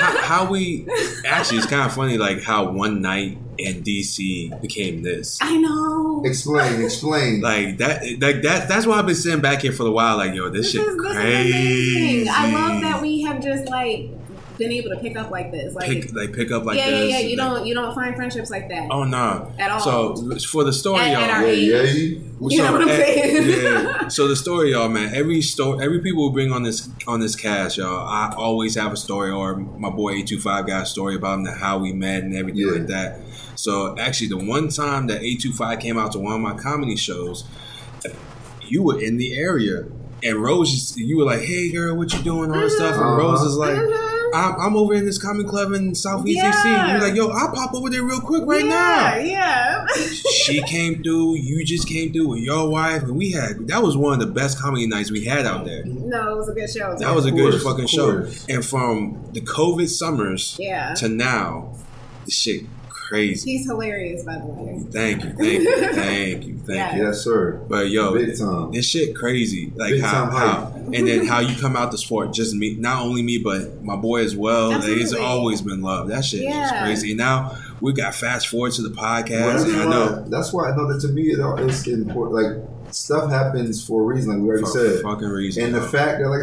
how, how we actually, it's kind of funny, like, how one night in DC became this.
I know.
Explain, explain.
Like that, like that. That's why I've been sitting back here for a while. Like, yo,
This
this, shit
is this is
crazy.
amazing. I love that we have just like been able to pick up like this. Like,
Pick, like pick up like
yeah,
this.
yeah, yeah. You
like-
don't you don't find friendships like that
Oh no.
at all.
So for the story,
At-
y'all.
at our
Yeah, yeah. he-
Well,
You know what I'm
eh,
saying?
yeah. So the story, y'all, man. Every story, every people we bring on this on this cast, y'all. I always have a story, or my boy eight two five got a story about him, how we met and everything
Yeah.
like that. So actually, the one time that eight two five came out to one of my comedy shows, you were in the area, and Rose, just- you were like, "Hey, girl, what you doing?" All this stuff, and
Uh-huh.
Rose is like.
Mhm.
I'm, I'm over in this comedy club in Southeast DC.
Yeah.
You're like, yo, I'll pop over there real quick right now
yeah, yeah.
she came through. You just came through with your wife, and we had that was one of the best comedy nights we had out there.
no, it was a good show.
That was a good
course,
fucking
of
show.
course.
And from the COVID summers
yeah.
to now, the shit crazy.
He's hilarious, by the way.
Thank you, thank you, thank you, thank you.
Yes, sir.
But yo,
Big time.
this shit crazy. Like
Big
how,
time
how and then how you come out the sport, just me not only me, but my boy as well. Like, It's
Absolutely.
always been love. That shit is just
Yeah.
crazy. And now we got fast forward to the
Well,
podcast.
that's,
and I
why,
know
that's why I know that to me it all is important. Like stuff happens for a reason, like we already
for
said.
fucking reason.
And the
yo.
fact that like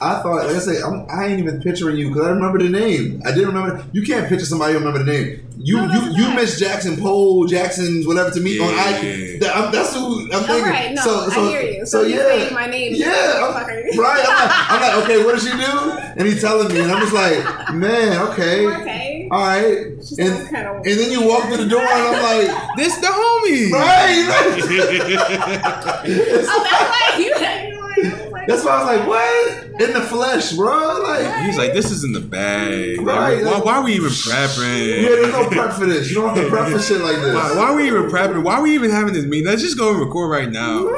I thought, like I say, I'm, I ain't even picturing you because I remember the name. I didn't remember. You can't picture somebody who remember the name. You
No, that's
you
a
you
fact.
miss Jackson Pole, Jackson's whatever to me on
Yeah.
I. That, I'm, that's who I'm
All
thinking.
right, no,
so, so,
I hear you.
So,
So, you
yeah,
saying my name?
yeah. I'm-
Fucker.
Right, I'm like, I'm like, okay, what does she do? And he telling me, and I'm just like, man, okay,
Okay.
all right.
She's
uh, And,
kind of.
and then you walk through the door, and I'm like,
This the homie.
right. It's
Oh, that's why you you were- you were
That's why I was like, what? In the flesh, bro. Like,
He's like, this is in the bag.
Right,
Why,
like-
why are we even
yeah, there's no
prepping?
prep for this. You don't have to prep for shit like this.
why, why are we even prepping? Why are we even having this meeting? Let's just go and record right now.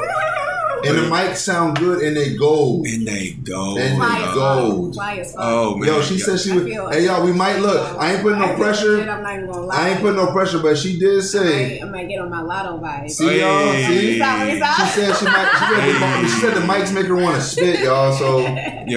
And the mic sound good and they go.
And they go.
And
Fly
they
as
yo.
go.
fuck.
Gold.
Fly as fuck.
Oh man.
Yo, she
yo.
said she
I
was.
feel like-
Hey, y'all, we might look. I ain't
I
putting no
feel good,
pressure.
I'm not even gonna lie.
I ain't putting no pressure, but she did say.
I might, I might get on my lotto vibe.
See y'all.
Hey.
See. She
Sorry, sorry.
said she might. She said, the, she said the mics make her want to spit, y'all. So you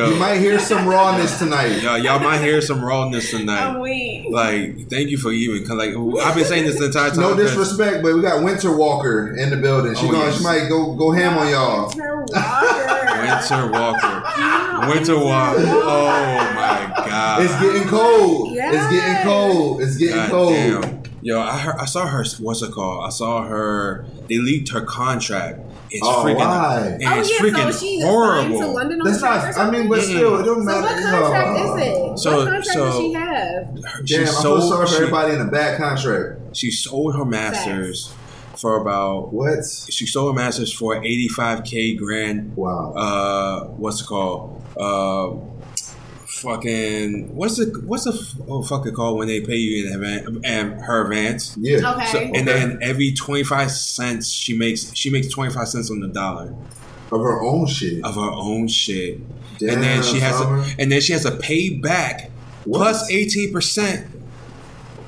yo,
might hear some rawness tonight.
yo, y'all might hear some rawness
I'm
tonight.
weak.
Like, thank you for even. Cause like, I've been saying this the entire time.
No
'cause-
disrespect, but we got Winter Walker in the building. She
Oh,
going.
yes.
She might go go ham on y'all.
Winter Walker.
Winter Walker.
Wow,
Winter Walker. Oh my god.
It's getting cold. It's getting
Yes.
cold. It's getting
God
cold.
damn. Yo, I heard, I saw her. What's it called? I saw her. They leaked her contract. It's
Oh,
freaking.
why?
And
Oh,
it's
yeah,
freaking
so she's assigned to
horrible.
London on
That's
track or
not. I
something?
mean, but
Mm-mm.
still, it don't
So
matter.
what contract
Oh.
is it?
So-
what contract
so-
does she have?
Her-
Damn,
she
I feel sorry
sold.
for
She,
everybody in a bad contract.
she sold her masters for about.
What?
She sold her masters for eighty five k grand.
Wow.
Uh, what's it called? Uh, fucking. What's the what's the oh fuck it called when they pay you in advance and her advance?
Yeah.
Okay.
So, and then every twenty five cents she makes, she makes twenty five cents on the dollar.
Of her own shit.
of her own shit,
Damn,
Uh, and then she has
Summer.
to, and then she has to pay back
What?
plus eighteen percent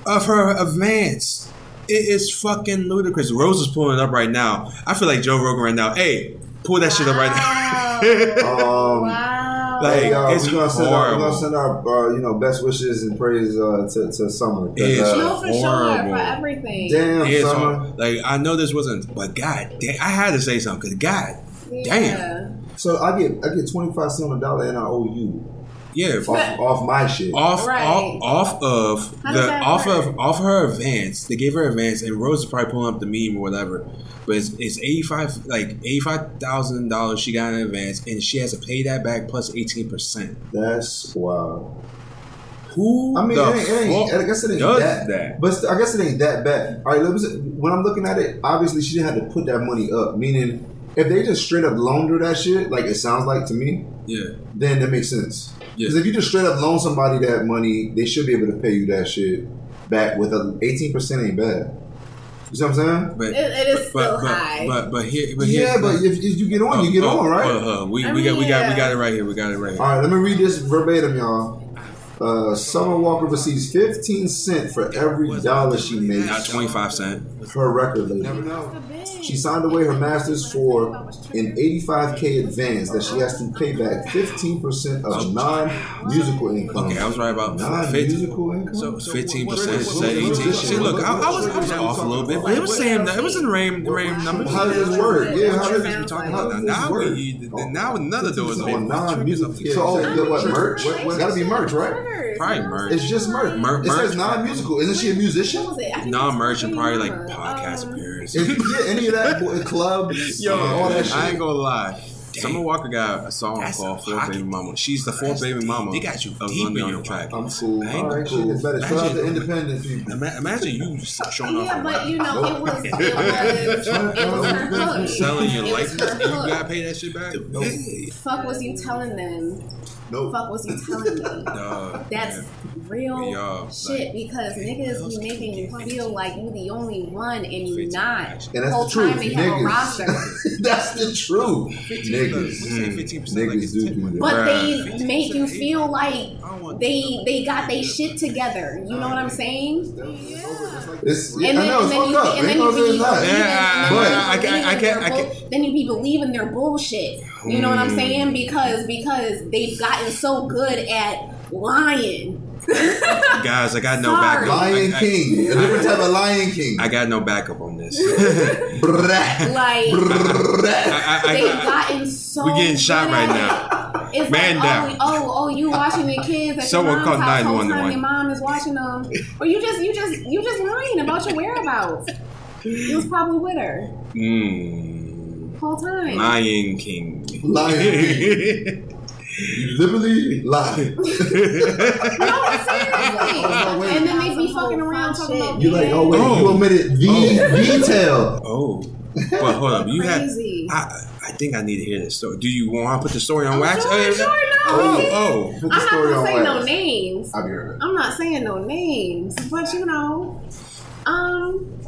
of her advance. It is fucking ludicrous. Rose is pulling it up right now. I feel like Joe Rogan right now. Hey, pull that shit up right now.
Oh,
Um,
wow.
Like,
hey, y'all,
it's
we're gonna send our, we're
horrible.
gonna send our uh, you know best wishes and praise uh, to, to Summer. 'Cause,
It's
uh,
no, for sure,
horrible.
for everything.
damn,
It's
Summer.
hard. like I know this wasn't, but God, damn, I had to say something. 'cause God,
Yeah.
So I get I get twenty five cent on a dollar and I owe you
yeah,
off, off my shit.
off,
Right.
off, off of
How does
the
that
off
work?
of off her advance. They gave her advance, and Rose is probably pulling up the meme or whatever. But it's, it's eighty five, like eighty five thousand dollars she got in advance, and she has to pay that back plus eighteen percent.
That's wow.
Who
I mean,
the
it ain't, it ain't,
fuck
I guess it ain't
does
that,
that?
But st- I guess it ain't that bad. All right, let me see. when I'm looking at it, obviously she didn't have to put that money up. Meaning, if they just straight up loaned her that shit, like it sounds like to me,
Yeah,
then that makes sense.
Yeah.
Because if you just straight up loan somebody that money, they should be able to pay you that shit back with a 18 percent ain't bad. You see what I'm saying?
but
It, it is still
but but,
high.
but but here but here
Yeah, but if, if you get on, you get on, right?
Uh, uh, we
I
we got we
mean,
got we
yeah.
got it right here. We got it right here.
All right, let me read this verbatim, y'all. Uh, Summer Walker receives 15 cent for every dollar she
Not
makes
twenty five cent.
per record label. She signed away her master's for an 85k advance that she has to pay back 15% of non-musical income.
Okay, I was right about fifty.
non-musical income.
So fifteen percent
what-
to
what-
eighteen.
what- what-
See, look, I, I was I was off a little bit, but it was same. It was in the range the range numbers.
how does this work? Yeah, how does
we
this
talking
how
about now?
does
Now,
this
we,
work?
now another door is
on
open.
non-musical. So, oh, what, merch? What, what, gotta be merch, right?
There's
Probably
no-
merch.
It's just merch.
Mer-
it
merch.
says non-musical. Isn't she a
What
musician?
was it? I think it was
Non-merch and probably like
Rihanna.
podcast
Um,
appearance.
If you get any of that boy, clubs,
Yo,
all that shit.
I ain't gonna lie. Summer Walker got a song
That's
called
a
Four
pocket.
Baby Mama. She's the fourth
That's
baby
deep.
mama
They got you
of
deep
London
in
on the
your
track.
I'm cool.
I ain't
All right,
cool.
shit is better. Shout out to
Imagine-
independent people.
Ima- Imagine you showing off
Yeah, but
your wife.
you know, it was, it was, it was her hook.
selling your
It was
license.
her
You
hook.
gotta pay that shit back.
No.
Fuck was you telling them?
Nope.
Fuck was you telling them?
Dog,
That's
man.
real
We all,
shit because niggas be making you feel like you the only one and you
Fifteen
not.
actions.
And that's
Whole
the truth,
time they have a roster.
niggas. that's the truth, niggas.
Say 15% like
Niggas
it's
do
10.
do that.
But
Bruh.
they make you feel like
I don't want-
they they got they shit together. You know what I'm saying?
It's,
And then,
I know
and
it's
then
fucked
you,
up.
and then
It
you
goes
be
in that.
Yeah,
But-
I
believing,
can't- I can't- I
their
can't-
bull- then you be believing their bullshit. You know what I'm
Hmm.
saying? Because because they've gotten so good at lying.
Guys, I got no
Sorry.
backup. I-
Lion
I,
King, a different type of Lion King.
I got no backup on this.
Brrrah.
Like
Brrrah.
I- I- I-
they've gotten so.
we getting shot
good
right
at
now.
it. It's
Man
like,
down.
Oh, oh, oh, you watching your kids at
Someone
your
call
mom's house whole
911.
time your mom is watching them, or you just, you just, you just lying about your whereabouts. You was probably with her
Mm.
whole time.
Lion King.
Lion King. Liberally lie.
No, seriously.
Oh, wait.
and then they be fucking around talking about
You're like, oh wait,
Oh.
you omitted the detail.
oh, but hold up, you had.
crazy.
I, I think I need to hear this story. Do you want to put the story on
Oh,
wax?
sure,
Oh, yeah,
sure, no.
oh, oh.
Put the
I'm not
story
gonna
on
say no
wax.
names.
I'll be right back.
I'm not saying no names, but you know, um,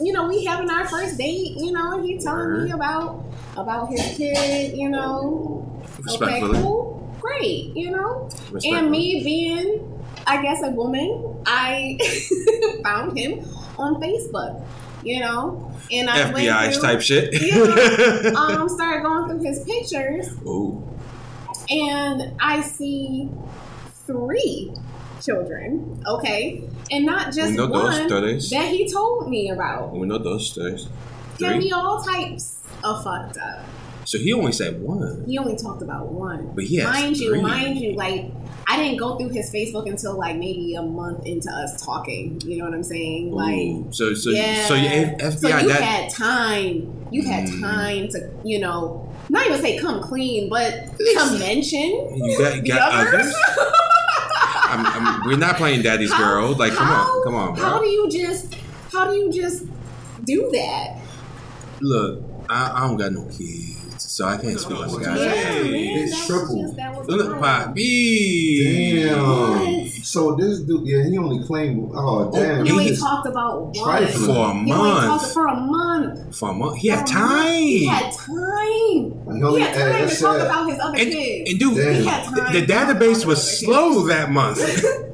you know, we having our first date. You know, he telling me about about his kid. You know, okay,
Respectfully.
cool, great. You know,
Respectfully.
and me being, I guess, a woman, I found him on Facebook. You know, and I went
FBI
through-
type shit.
Yeah. Um, started going through his pictures,
oh,
and I see three children, okay, and not just
Uno, dos,
one
tres.
that he told me about.
uno, dos, tres,
Can
three.
be all types of fucked up.
So he only said one.
He only talked about one,
But he has
mind
three.
you, mind you, like I didn't go through his Facebook until like maybe a month into us talking. You know what I'm saying? Like.
Ooh, so so
yeah.
so your F- FBI
So you
that
had time. You had
Mm.
time to, you know, not even say come clean, but to mention
you got,
the
got
others.
others. I'm, I'm, we're not playing daddy's girl. Like come on, come on,
How
bro.
do you just? How do you just do that?
Look, I, I don't got no kids, so I can't speak on the guys.
yeah,
Hey,
man,
it's
that was
triple.
Just, that was
look,
wild.
Bobby.
Damn.
Yes.
So this dude, yeah, he only claimed. Oh damn.
You
he
ain't
is
talked about one.
trifling.
For a
You only talked
month,
for a month.
for a month, he had
For a month.
time.
He had time.
He only-
He had
eh,
time to
that's
talk
sad.
about his other
And,
kids.
and dude,
Damn.
he had time.
the
to talk
database
about
was
his other
slow that month.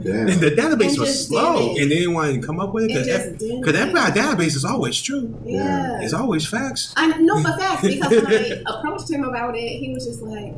Damn.
the database
And
was
just
slow,
did it.
and they didn't want to come up with it
kids. It just
because
didn't.
FBI database is always true.
Yeah.
It's always facts.
I no, but facts because when I approached him about it, he was just like,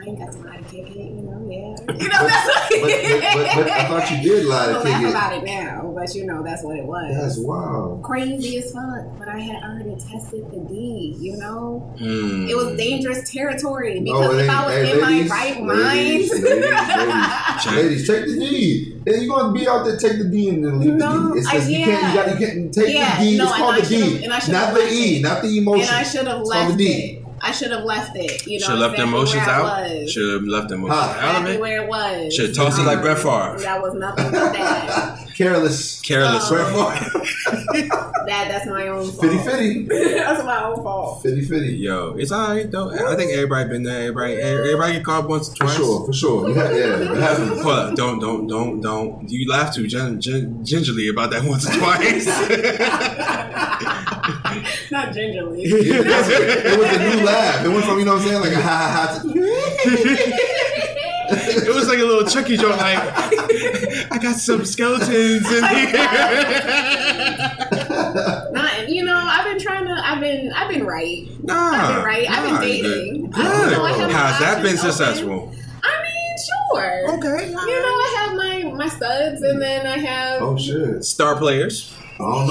"I ain't got somebody to kick it, you know, yeah, you know." That's what
But, but, but, but I thought you did lie to
People laugh
kick
about it now, but you know that's what it
it.
was.
That's wild.
Crazy as fuck, but I had already tested the D. You know,
Mm.
it was dangerous territory
No,
because
Oh, it
if I
ain't.
was
Hey,
in
ladies,
my right
ladies,
mind,
ladies, Ladies, take the D. Hey, you gonna be out there, take the D and then leave
No,
the D. It's
I-
just, you can't, you,
yeah.
got, you can't take
Yeah,
the D.
no,
it's
and
called
I
the D,
should've- and I should've
not the
left
E,
it.
not the emotion.
and I should have
It's
left
called the D.
it. I should have left it. You know,
Should have left the
exactly
emotions
where I
out.
was.
Should have left the emotions out
Huh.
of
Exactly
it.
where it was.
Should've tossed it like Brett Favre.
That was nothing but that.
Careless.
Careless.
Um,
Brett
That that's my own fault.
Fitty fitty.
that's my own fault.
Fitty fitty.
Yo, it's all right though. I think everybody been there. Everybody, everybody get caught once or
For
twice.
sure, for sure. Yeah, yeah. It happens.
Hold up, don't, don't, don't, don't. You laugh too gin- gin- gingerly about that once or twice.
Not gingerly.
Yeah, that's it. It was a new laugh. It went from, you know what I'm saying, like a ha ha ha.
it was like a little Chucky joke. Like, I got some skeletons in here.
Not you know, I've been trying to I've been I've been right.
nah,
I've been right. I've been
nah,
dating.
Good.
I don't know, I
Good.
have my
How's that been
options open.
successful?
I mean, sure.
Okay.
You know, I have my my studs and then I have
Oh, shit.
Star players.
don't know.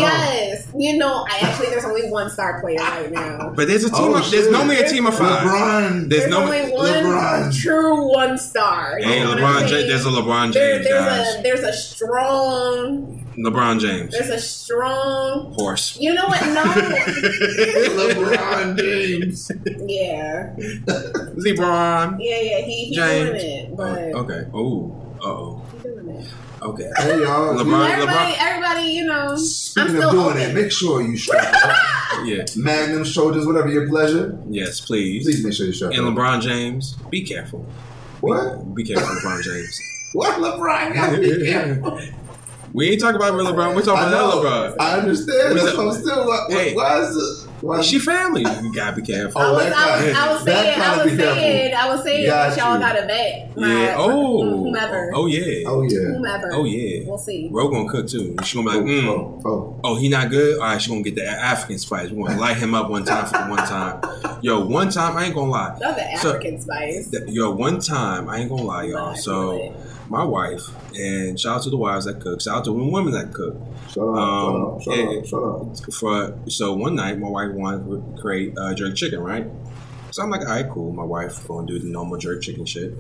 Yes, you know, I actually there's only one star player right now.
But there's a team.
Oh,
of, there's
shit.
normally a team of five.
LeBron.
There's, no.
only one
LeBron.
true one star. You
Hey,
know what
LeBron.
I'm
James,
saying?
there's a LeBron
Oh, There,
James,
there's
guys.
a there's a strong
LeBron James.
there's a strong.
Horse.
You know what? No.
LeBron James.
yeah,
LeBron.
yeah, yeah. He he's doing
James.
it,
Oh,
but
okay. Oh. Uh oh.
he's doing it.
Okay.
Hey y'all.
LeBron.
Everybody, everybody, you know. I'm
Speaking
still
of doing
open.
it, make sure you strap up.
Yeah.
Magnum shoulders, whatever your pleasure.
Yes, please.
Please make sure you strap
And
up.
LeBron James, be careful.
What?
Be careful, LeBron James.
What LeBron? Gotta be careful.
we ain't talking about real LeBron. We're talking
I
about
know.
LeBron.
I understand.
What's
That's
up?
what I'm still. Why,
Hey.
why is it? Why
She family. You gotta be careful.
Oh,
I was,
that
I was,
kinda-
I was
that
saying, I
kinda
was
be careful.
saying, I was saying,
Got
that y'all
you.
got a vet.
Yeah. Oh.
whomever,
Oh yeah.
Oh yeah.
whomever.
Oh, yeah.
We'll see.
Ro gonna cook too. She gonna be like, mm, oh,
Oh, oh,
he not good. All right, she gonna get the African spice. We gonna light him up one time for the one time. Yo, one time I ain't gonna lie.
Love the
So-
African spice.
Th- Yo, one time I ain't gonna lie, y'all.
I
So
feel
my wife and shout out to the wives that cook. Shout out to the women that cook.
shut up!
Um,
shut up! Shut up! Shut up!
for so one night my wife wanted to create uh, jerk chicken, right? So I'm like, all right, cool. My wife gonna do the normal jerk chicken shit,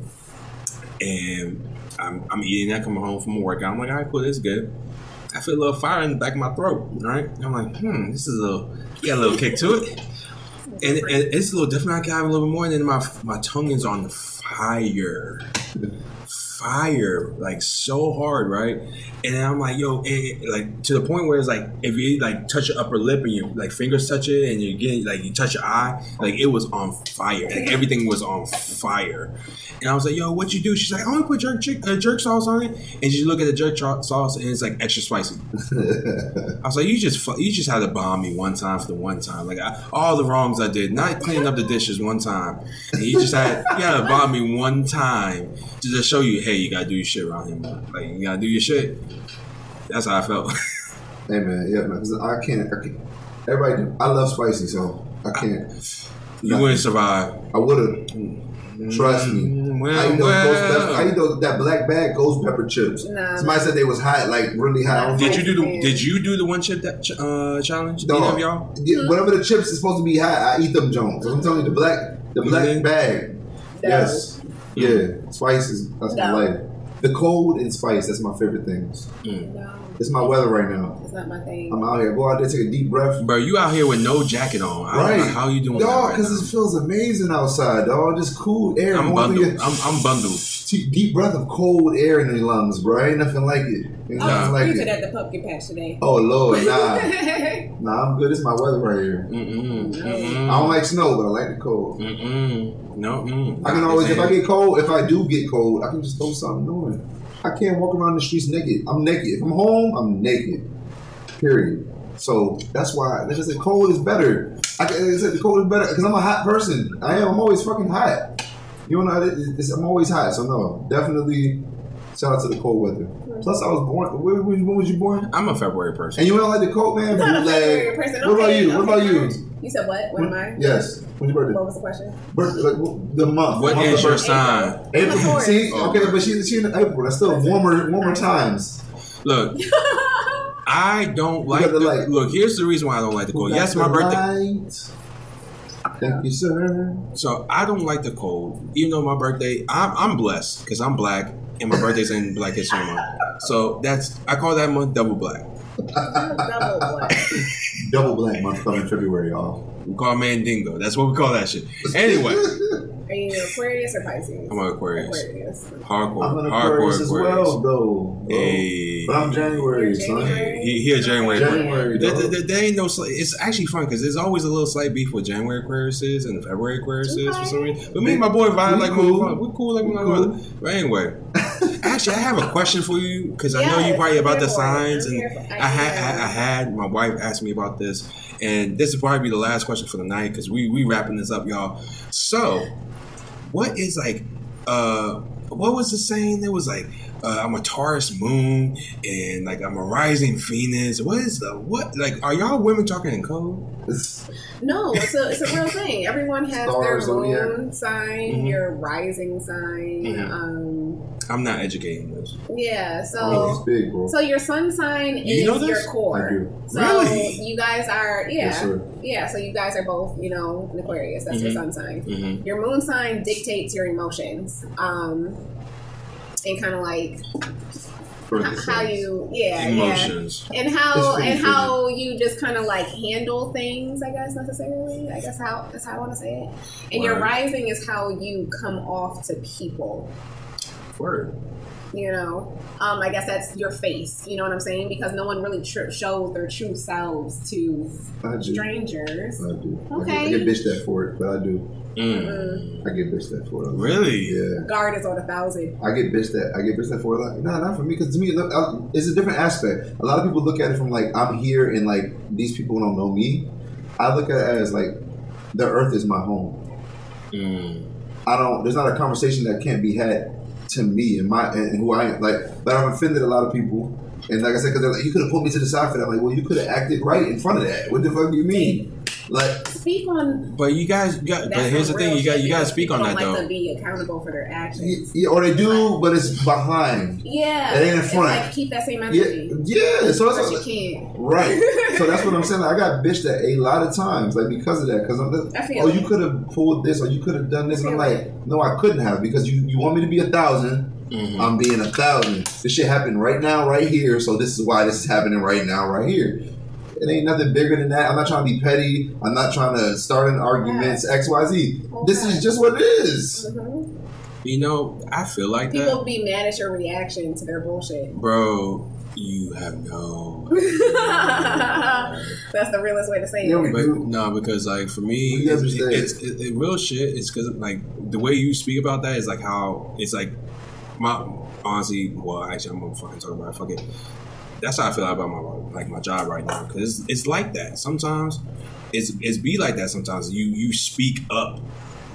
and I'm, I'm eating that coming home from work. I'm like, all right, cool, this is good. I feel a little fire in the back of my throat, right? And I'm like, hmm, this is a little, got a little kick to it, and, and it's a little different. I can have a little bit more, and then my my tongue is on fire fire like so hard, right? And then I'm like, yo, and, and, like to the point where it's like if you like touch your upper lip and your like fingers touch it and you get like you touch your eye, like it was on fire. Like everything was on fire. And I was like, yo, what you do? She's like, I only put jerk chick, uh, jerk sauce on it. And she look at the jerk cho- sauce and it's like extra spicy. I was like, you just fu- you just had to bomb me one time for the one time, like I, all the wrongs I did, not cleaning up the dishes one time. And you just had you had to bomb me one time to just show you, hey, you gotta do your shit around him, like you gotta do your shit. That's how I felt.
Hey man, yeah man, 'cause I can't. I can't. Everybody, do- I love spicy, so I can't.
you wouldn't survive.
I would have. Trust me.
Mm,
I
Well,
eat, those ghost pepper, I
well.
eat those, that black bag ghost pepper chips.
Nah.
Somebody said they was hot, like really hot. I was
Did
like,
you do the Did you do the one chip that ch- uh, challenge?
"Dog,
Either of y'all?
yeah, whatever the chips is supposed to be hot, I eat them, Jones. I'm telling you, the black, the black
Mhm.
bag. Yes. Yeah. Spice is that's my
No.
life. The cold and spice, that's my favorite things.
No,
It's my weather right now.
it's not my
I'm
thing.
out here. Go out there, take a deep breath.
Bro, you out here with no jacket on. I don't know
Right.
how you doing? that
Dog,
right
because
now.
it feels amazing outside, dog. Just cool air.
I'm
going through
bundled.
your-
I'm, I'm bundled.
t- deep breath of cold air in your lungs, bro. Ain't nothing like it. Ain't
I
nothing
was
like
preaching
it.
at Oh, the pumpkin patch today.
Oh lord, nah,
no,
nah. I'm good. It's my weather right here.
Mm-mm, mm-mm.
I don't like snow, but I like the cold.
Mm-mm. No. Mm.
I can always, if I get cold, if I do get cold, I can just throw something on. I can't walk around the streets naked. I'm naked. If I'm home, I'm naked. Period. So that's why that's just the cold is better. I can, I said the cold is better because I'm a hot person. I am. I'm always fucking hot. You know, it- it's, I'm always hot. So no, definitely. Shout out to the cold weather. Plus, I was born. Where, where, when was you born?
I'm a February person.
And you don't like the cold, man?
not a
Bootleg.
February person.
What about
Okay,
you? What
okay,
about you?
fine. You said what? What am I?
Yes. When's your birthday?
What was the question?
Birth, like, what- the month.
What
Month of
is your
birth.
sign?
I'm a
April.
Taurus.
See,
Oh.
okay, but she she in April. That's still warmer warmer times.
Look, I don't like.
got the
The,
light.
look, here's the reason why I don't like the cold. Yes, my birthday.
Right. Thank you, sir.
So I don't like the cold, even though my birthday. I'm, I'm blessed because I'm black and my birthday's in Black History Month. So that's I call that month double black.
Double what?
Double black month coming February, y'all.
We call Mandingo. That's what we call that shit. Anyway,
Are you Aquarius or Pisces?
I'm an Aquarius.
Aquarius.
Hardcore.
I'm an
hardcore
Aquarius as
Aquarius.
well, though. bro.
Hey.
But I'm January, son.
January.
He, he a January. Aquarius.
January,
There,
dog.
there- there- there ain't no. Slight, it's actually fun because there's always a little slight beef with January Aquarius is and February Aquarius is for some reason. But me and my boy vibe
We
like
cool.
cool. We're cool
Oh
like
We
my
cool.
brother. But anyway, actually, I have a question for you because I know
Yes,
you probably
I'm
about the
here for it. I'm
signs, and
here for it.
I had
I
I, I had my wife ask me about this, and this is probably the last question for the night because we we wrapping this up, y'all. So, what is like, uh, what was the saying? It was like. Uh, I'm a Taurus moon, and like I'm a rising Venus. What is the what? Like, are y'all women talking in code?
No, it's a, it's a real thing. Everyone has
Stars,
their
zodiac.
moon sign,
Mhm.
your rising sign.
Mhm.
Um,
I'm not educating this.
Yeah,
Oh, it's
so
big, bro.
so your sun sign is
You know
your
this?
I
core.
do.
So
Really?
you guys are yeah.
Yes, sir.
yeah, so you guys are both, you know, an Aquarius, that's your sun sign.
Mm-hmm.
Your moon sign dictates your emotions. Um and kind of like
For
h-
the
how
sense.
you yeah, yeah.
Emotions.
And
It's
how
pretty
and how you just kind of like handle things, I guess necessarily. I guess how that's how I want to say it. And your
Right.
rising is how you come off to people.
Word.
you know um, i guess that's your face you know what i'm saying because no one really tr- shows their true selves to
I do.
strangers
I do. I,
Okay.
get, I get bitched at for it, but I do.
Mm.
I get bitched at for it.
Really?
Yeah.
Mm-hmm. guard is on a thousand
I get bitched at. I get bitched at for it. Like, nah, not for me. Because to me, look, I, it's a different aspect. A lot of people look at it from like I'm here and like these people don't know me. I look at it as like the earth is my home.
Mm.
I don't. There's not a conversation that can't be had to me and my and who I am. Like, but I've offended a lot of people. And like I said, because they're like, you could have put me to the side for that. I'm like, well, you could have acted right in front of that. What the fuck do you mean? Like,
speak on
But you guys, you got,
that
but here's the
for
thing:
real
you got
shit,
you got to
because
speak on
people
that
don't like
though.
to be accountable for their actions
yeah, or they do, but it's behind.
yeah
It ain't in front.
it's like keep that same
Yeah,
energy
yeah. So
but you
it's
can't
right. So that's what I'm saying. Like, I got bitched at a lot of times, like because of that. Because I'm
I
like,
feel
oh,
it.
you could have pulled this, or you could have done this, and I'm like, no, I couldn't have because you you want me to be a thousand.
Mhm.
I'm being a thousand. This shit happened right now, right here. So this is why this is happening right now, right here. It ain't nothing bigger than that. I'm not trying to be petty. I'm not trying to start an argument. X, Y, Z. This is just what it is.
Mhm.
You know, I feel like that,
people be mad at your reaction to their bullshit
bro. You have no.
that's the realest way to say
Yeah,
it
we
But
do.
no, because like for me,
We
it's,
understand.
it's it, it, real shit. It's because like the way you speak about that is like how it's like my honestly. Well, actually, I'm gonna fucking talk about it. Fuck it. That's how I feel about my like my job right now because it's, it's like that sometimes. It's it's be like that sometimes. You you speak up,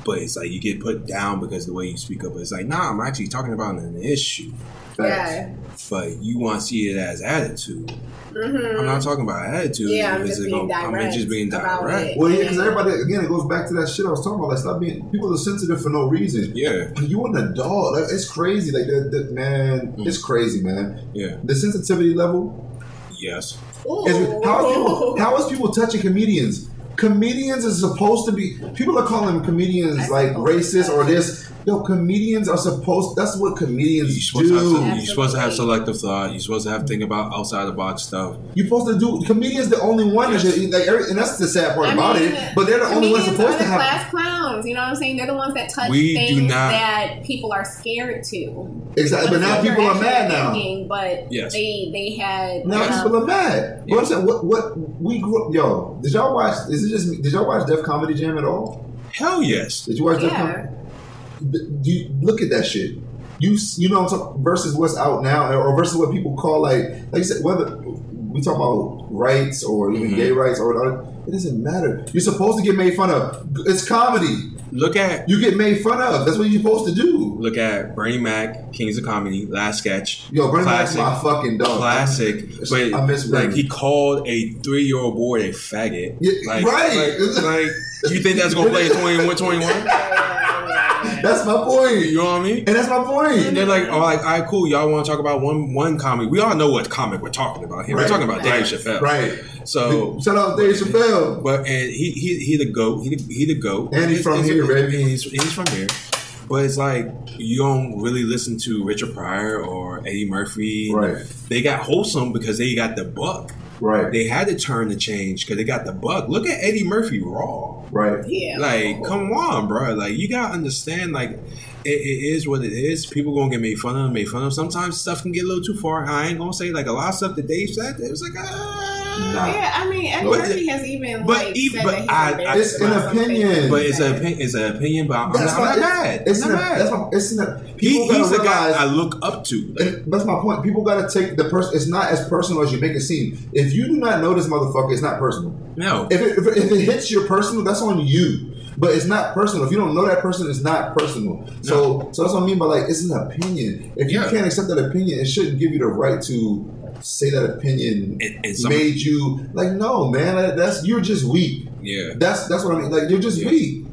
but it's like you get put down because the way you speak up. It's like nah, I'm actually talking about an issue,
Facts.
yeah
but you want to see it as attitude.
Mhm.
I'm not talking about attitude.
Yeah, I'm
because
just
it
being
gon- I'm
direct
just being
about
direct.
it.
Well, yeah, because everybody again, it goes back to that shit I was talking about. Like, stop being people are sensitive for no reason.
Yeah,
You an adult? Like, it's crazy. Like, that, that man, it's crazy, man.
Mm. yeah,
The sensitivity level
yes.
Is,
Ooh.
how, is people, how is people touching comedians? Comedians is supposed to be. People are calling comedians
That's
like
supposed to
racist
be.
or this. Yo, comedians are supposed. That's what
You're
comedians
supposed, to have,
do.
some- you're supposed to have selective thought. You're supposed to have think about outside the box stuff.
You're supposed to do. Comedians the only one that should, like, every- and that's the sad part
I
about
mean,
it. But they're the only ones
comedians
supposed
are
to
the class
have.
clowns. You know what I'm saying? They're the ones that touch
We do
things
not-
that people are scared to.
Exactly. But now
They're
people are
actually
mad now.
thinking, But
Yes.
they they had
Now
um,
people are mad. But I'm saying, what what we grew up, yo. Did y'all watch? Is it just? me- Did y'all watch Def Comedy Jam at all?
Hell yes.
Did you watch Def Comedy?
yeah.
Th- do you look at that shit? You s- you know what I'm talking versus what's out now or versus what people call like like you said whether we talk about rights or even
Mhm.
gay rights or or- it doesn't matter. You're supposed to get made fun of. It's comedy.
Look at
You get made fun of. That's what you're supposed to do.
look at Bernie Mac, Kings of Comedy, last sketch.
Yo, Bernie Mac's
Classic.
my fucking dog.
Classic, but
I miss Bernie.
like he called a three-year-old boy a faggot.
Yeah,
like,
right.
Like, like, you think that's gonna play in 21, 21?
That's my point.
You know what I mean?
And that's my point.
And they're like, oh, like, all right, cool. Y'all want to talk about one one comic? We all know what comic we're talking about here.
Right.
We're talking about Dave
Right.
Chappelle,
Right.
So
Shout out Dave Chappelle.
But and he he he the goat. He the, he the goat.
And he's from
It's-
here,
it's-
baby.
He's, he's from here. But it's like you don't really listen to Richard Pryor or Eddie Murphy.
Right.
They got wholesome because they got the buck.
Right.
They had to turn the change because they got the buck. Look at Eddie Murphy raw.
Right.
Yeah.
Like, come on, bro. Like, you gotta understand. Like, it, it is what it is. People gonna get made fun of, made fun of. Sometimes stuff can get a little too far. I ain't gonna say like a lot of stuff that Dave said. It was like, ah.
Nah.
yeah, I mean, Eddie
But-
Murphy has even
but
like
even-
said
but
that he's
I-
embarrassed
It's an
about something
opinion.
But it's
he
an
said.
opinion. It's an opinion. But I'm,
That's
not, I'm
it-
not bad.
It's
not
not.
bad.
That's my. It's not.
he,
People
he's
gotta
the guy
realize.
I look up to. Like,
And that's my point. People gotta take the person. It's not as personal as you make it seem. If you do not know this motherfucker, it's not personal.
no,
If it, if it, if it hits your personal, that's on you. But it's not personal. If you don't know that person, it's not personal. So, so that's what I mean by like it's an opinion. If you
Yeah.
can't accept that opinion, it shouldn't give you the right to say that opinion
And- and some-
made you like no man. That, that's you're just weak.
yeah.
That's that's what I mean. Like you're just
Yeah.
weak.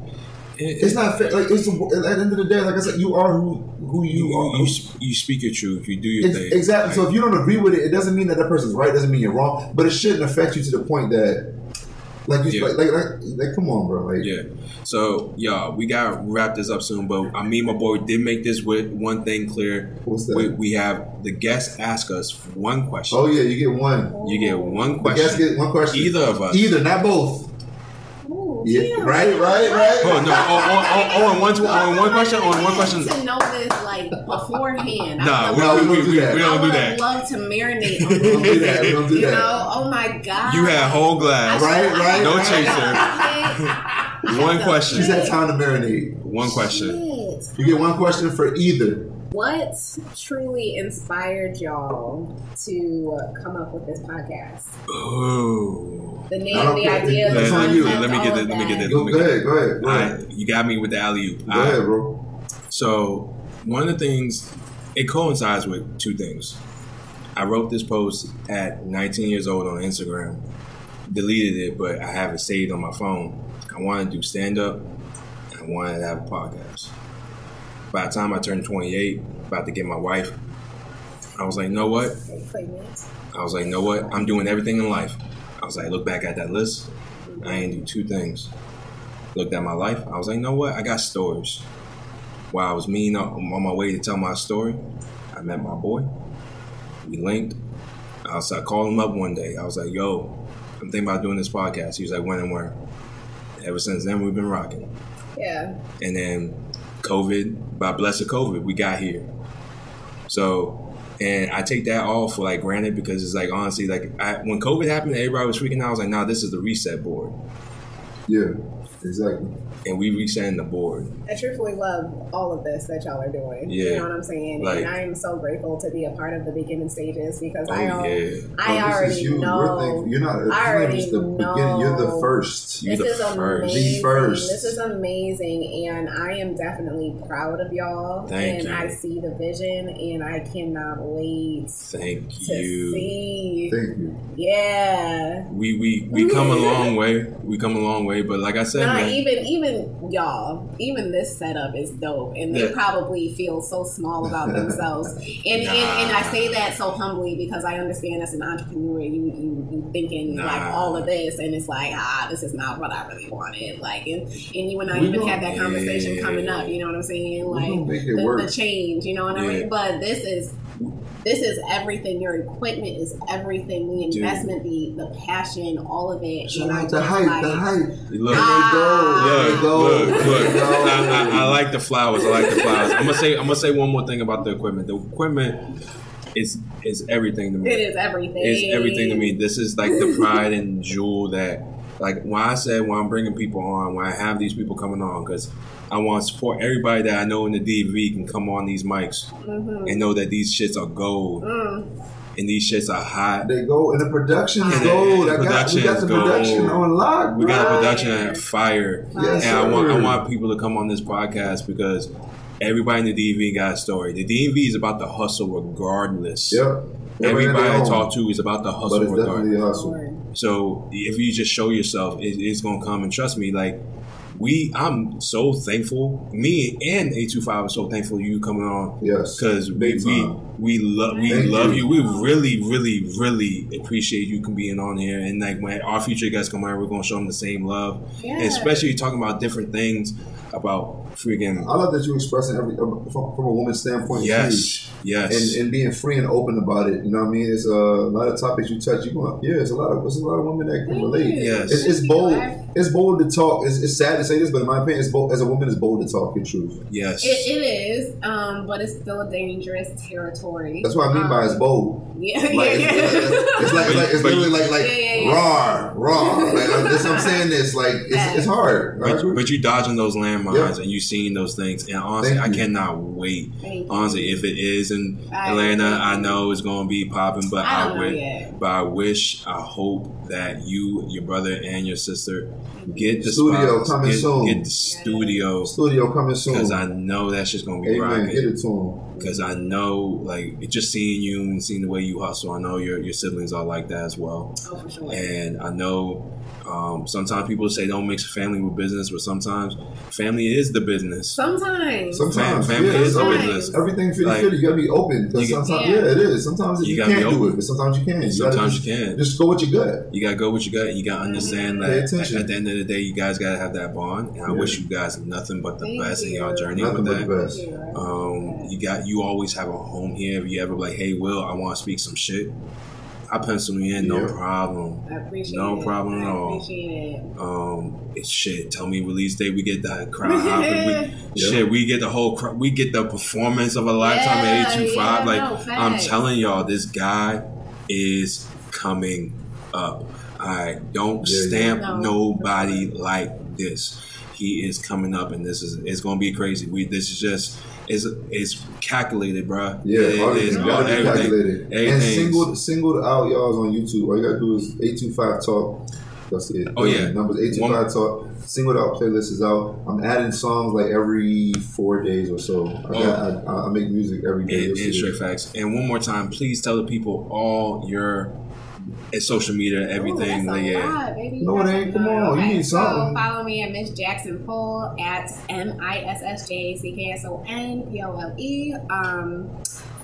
It-
It's not fair. Like it's at the end of the day, like I said, you are who who you,
you,
are.
you, sp- you speak your truth. You do your
Ex-
thing.
exactly. So if you don't agree with it, it doesn't mean that that person's right. Doesn't mean you're wrong. But it shouldn't affect you to the point that, like, you,
Yeah.
like, like, like, like, come on, bro. Like,
Yeah. So y'all, we gotta wrap this up soon. But I mean, my boy did make this with one thing clear.
what's that?
We, we have the guests ask us one question.
oh yeah, you get one.
You get one
The guests
question.
get one question.
Either of us.
Either, not both.
Ooh,
Yeah.
damn.
Right. Right. Right.
Oh no! On, on, on, on one, on one question, on one question.
I need to know this like beforehand. I
Nah,
would-
we,
No,
we, we, we, we
I
don't do
would
that.
love to marinate
We don't
on
do
this.
that. We don't do
You
that.
know, oh my god.
You had whole glass.
Right, right,
No
right.
chaser. One question.
She's
uh,
had time to marinate.
One question.
Shit.
You get one question for either.
What truly inspired y'all to come up with this podcast?
Oh.
The
I
name,
don't
the
care.
idea, the
It's
Let,
on
concept,
you.
let me get
all
this.
of
Let me get
that.
this.
Go,
Let me
go
get
ahead. Go ahead. Go ahead.
Alright, you got me with the alley oop.
Go ahead, bro.
So one of the things it coincides with two things. I wrote this post at 19 years old on Instagram, deleted it, but I have it saved on my phone. I wanted to do stand up, and I wanted to have a podcast. By the time I turned 28, about to get my wife, I was like, you know what?
Pregnant.
I was like, you know what? I'm doing everything in life. I was like, look back at that list. I ain't do two things. Looked at my life. I was like, you know what? I got stories. While I was meeting up on my way to tell my story, I met my boy. We linked. I was I called him up one day. I was like, yo, I'm thinking about doing this podcast. He was like, when and where? Ever since then, we've been rocking.
Yeah.
And then COVID, by blessing COVID, we got here. So, and I take that all for like granted because it's like honestly, like I, when COVID happened, everybody was freaking out. I was like, nah, this is the reset board.
Yeah. Exactly.
And we resetting the board.
I truthfully love all of this that y'all are doing.
Yeah.
You know what I'm saying?
Like-
and I am so grateful to be a part of the beginning stages because I
Oh,
al-
yeah.
I
Bro, Oh, this
already
is you. We're
know
thankful. You're not,
I
you're not
already
just the beginning. You're the
know.
first.
You
this
the
is
first.
amazing.
The first.
This is amazing, and I am definitely proud of y'all.
Thank
and
you.
I see the vision, and I cannot wait
Thank
to
you.
see.
Thank you.
Yeah.
We we we come a long way. We come a long way. But like I said,
Nah,
man,
even even y'all, even this setup is dope, and
Yeah.
they probably feel so small about themselves. And, and and I say that so humbly because I understand as an entrepreneur, you you, you thinking
Nah.
like all of this, and it's like ah, this is not what I really wanted. Like, and, and you and I
We
even
don't-
had that conversation
Yeah.
coming up. You know what I'm saying?
We're
Like
gonna make
the,
it
the
work.
change. You know what I
Yeah.
mean? But this is this is everything. Your equipment is everything. The
Dude.
investment, the the passion, all of it.
Shout
And I
out the
just,
hype. The
like,
hype.
look.
Ah.
There
Look,
you go.
look,
There
look.
you go.
I, I, I like the flowers. I like the flowers. I'm gonna say, I'm gonna say one more thing about the equipment. The equipment is is everything to me.
It is everything.
It's everything to me. This is like the pride and jewel that, like, when I said when I'm bringing people on, when I have these people coming on, because I want to support everybody that I know in the DV can come on these mics
Mhm.
and know that these shits are gold
Mm.
and these shits are hot.
They go and the production's
And the-
gold.
the
I got, we got
production's
the production
gold.
on lock.
We got a
Right.
production at fire,
Yes,
and I want I
sir.
want people to come on this podcast because everybody in the DV got a story. The DV is about the hustle regardless.
Yep.
Everybody I
Everything
talk to is about the hustle
But it's
regardless.
definitely a hustle.
So if you just show yourself, it, it's gonna come. And trust me, like we, I'm so thankful. Me and A 25 are so thankful you coming on
Yes.
because we
Big
we,
time.
we love we
Thank
love you.
you.
We really really really appreciate you can being on here. And like when our future guests come on, we're gonna show them the same love.
Yeah.
And especially you talking about different things about freaking
I love that you expressing every from, from a woman's standpoint. is huge.
yes yes
and, and being free and open about it. You know what I mean? It's uh, a lot of topics you touch. You going, yeah, it's a lot of it's a lot of women that can
Mm-hmm.
relate.
Yes.
It's, it's
Thank you,
bold.
Lev.
It's bold to talk. It's, it's sad to say this, but in my opinion, it's bold, as a woman, it's bold to talk your truth.
yes.
It, it is, um, but it's still a dangerous territory.
That's what I mean by
Um,
it's bold.
Yeah,
Like,
yeah,
it's,
yeah.
it's like it's like it's literally like like
Yeah, yeah, yeah.
raw, raw. Like I'm, this, I'm saying this like it's, it's hard. I
But,
agree.
but you dodging those landmines
Yeah.
and you seeing those things, and honestly,
Thank
I
you.
cannot wait
Thank you.
Honestly, if it is in
I-
Atlanta, I know it's gonna be popping, but
I
I,
don't know
wi-
yet.
but I wish, I hope that you, your brother, and your sister get the
Studio
spots,
coming
get,
soon.
get the studio
Studio coming soon.
because I know that shit's gonna be
Amen.
rocking.
Get it to him.
because I know like it just seeing you and seeing the way you hustle. I know your your siblings are like that as well,
Oh, for sure.
and I know. Um, sometimes people say don't mix family with business, but sometimes family is the business.
Sometimes.
Sometimes,
Fam- family
yeah,
is
it's
the
always-
business.
everything fifty
Like,
fifty. You gotta be open. Cause
you-
sometimes,
Yeah.
yeah. it is. Sometimes
You
you,
gotta
can't
be
do
open.
it, but sometimes you can. You gotta
Sometimes
just,
you can.
Just go with your gut.
You gotta go with your gut. And you gotta understand
Pay
that at,
attention.
at the end of the day, you guys gotta have that bond. And I
Yeah.
wish you guys nothing but the
Thank
best in
you.
y'all journey with
Nothing but
that.
the best.
Yeah.
Um, you got you always have a home here. If you ever like, hey, Will, I want to speak some shit. I pencil me in, no
Yeah.
problem.
I appreciate
No
it.
problem at
I
all.
Appreciate it.
Um, it's shit. Tell me release date. We get that crowd hopping. We, Shit, we get the whole cr- we get the performance of a lifetime
Yeah,
at eight two
yeah,
five. Like
no,
I'm
facts.
telling y'all, this guy is coming up. I don't
Yeah, yeah.
stamp
No.
nobody like this. He is coming up, and this is it's gonna be crazy. We this is just it's it's calculated, bruh.
Yeah,
It
all
is,
this
bro.
gotta be
Everything.
calculated. And
Everything's-
singled singled out y'all's on YouTube. All you gotta do is eight two five talk. That's it.
Oh, yeah.
numbers eight two
One-
five talk. Singled out playlist is out. I'm adding songs like every four days or so.
Oh.
I, got, I, I make music every day.
And,
You'll see
and
it.
straight facts. And one more time, please tell the people all your and social media, everything.
Ooh, that's
like,
a
yeah.
lot, baby.
No, it
That's
ain't.
a
Come
lot.
on, you
Okay,
need something.
So follow me at Miss Jackson Pole at M I S S J C K S O N P O L E. Um,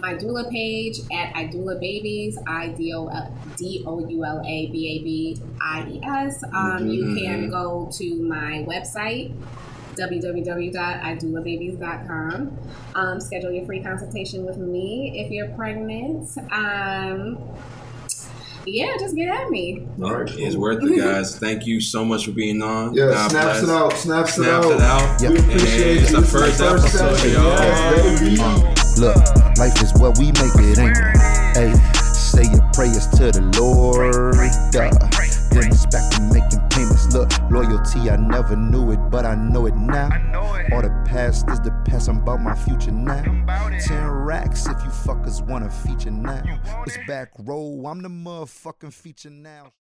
my doula page at I doula babies I D O L D O U L A B A B I E S. Um, you can go to my website www.idoulababies.com. Um, schedule your free consultation with me if you're pregnant. Um, yeah, just get at me.
All right,
It's
cool.
worth it, guys. Thank you so much for being on.
Yeah,
God
snaps
bless.
it out. Snaps,
Snaps it out.
We
and
appreciate you.
it's the
This is
first, episode, y'all.
Yes, baby.
Look, life is what we make it, ain't it? Hey, say your prayers to the Lord. Duh. Then it's back to making payments. Look, loyalty, I never knew it, but I know it now. All the past is the past, I'm about my future now. Ten racks if you fuckers wanna feature now. It's back row, I'm the motherfucking feature now.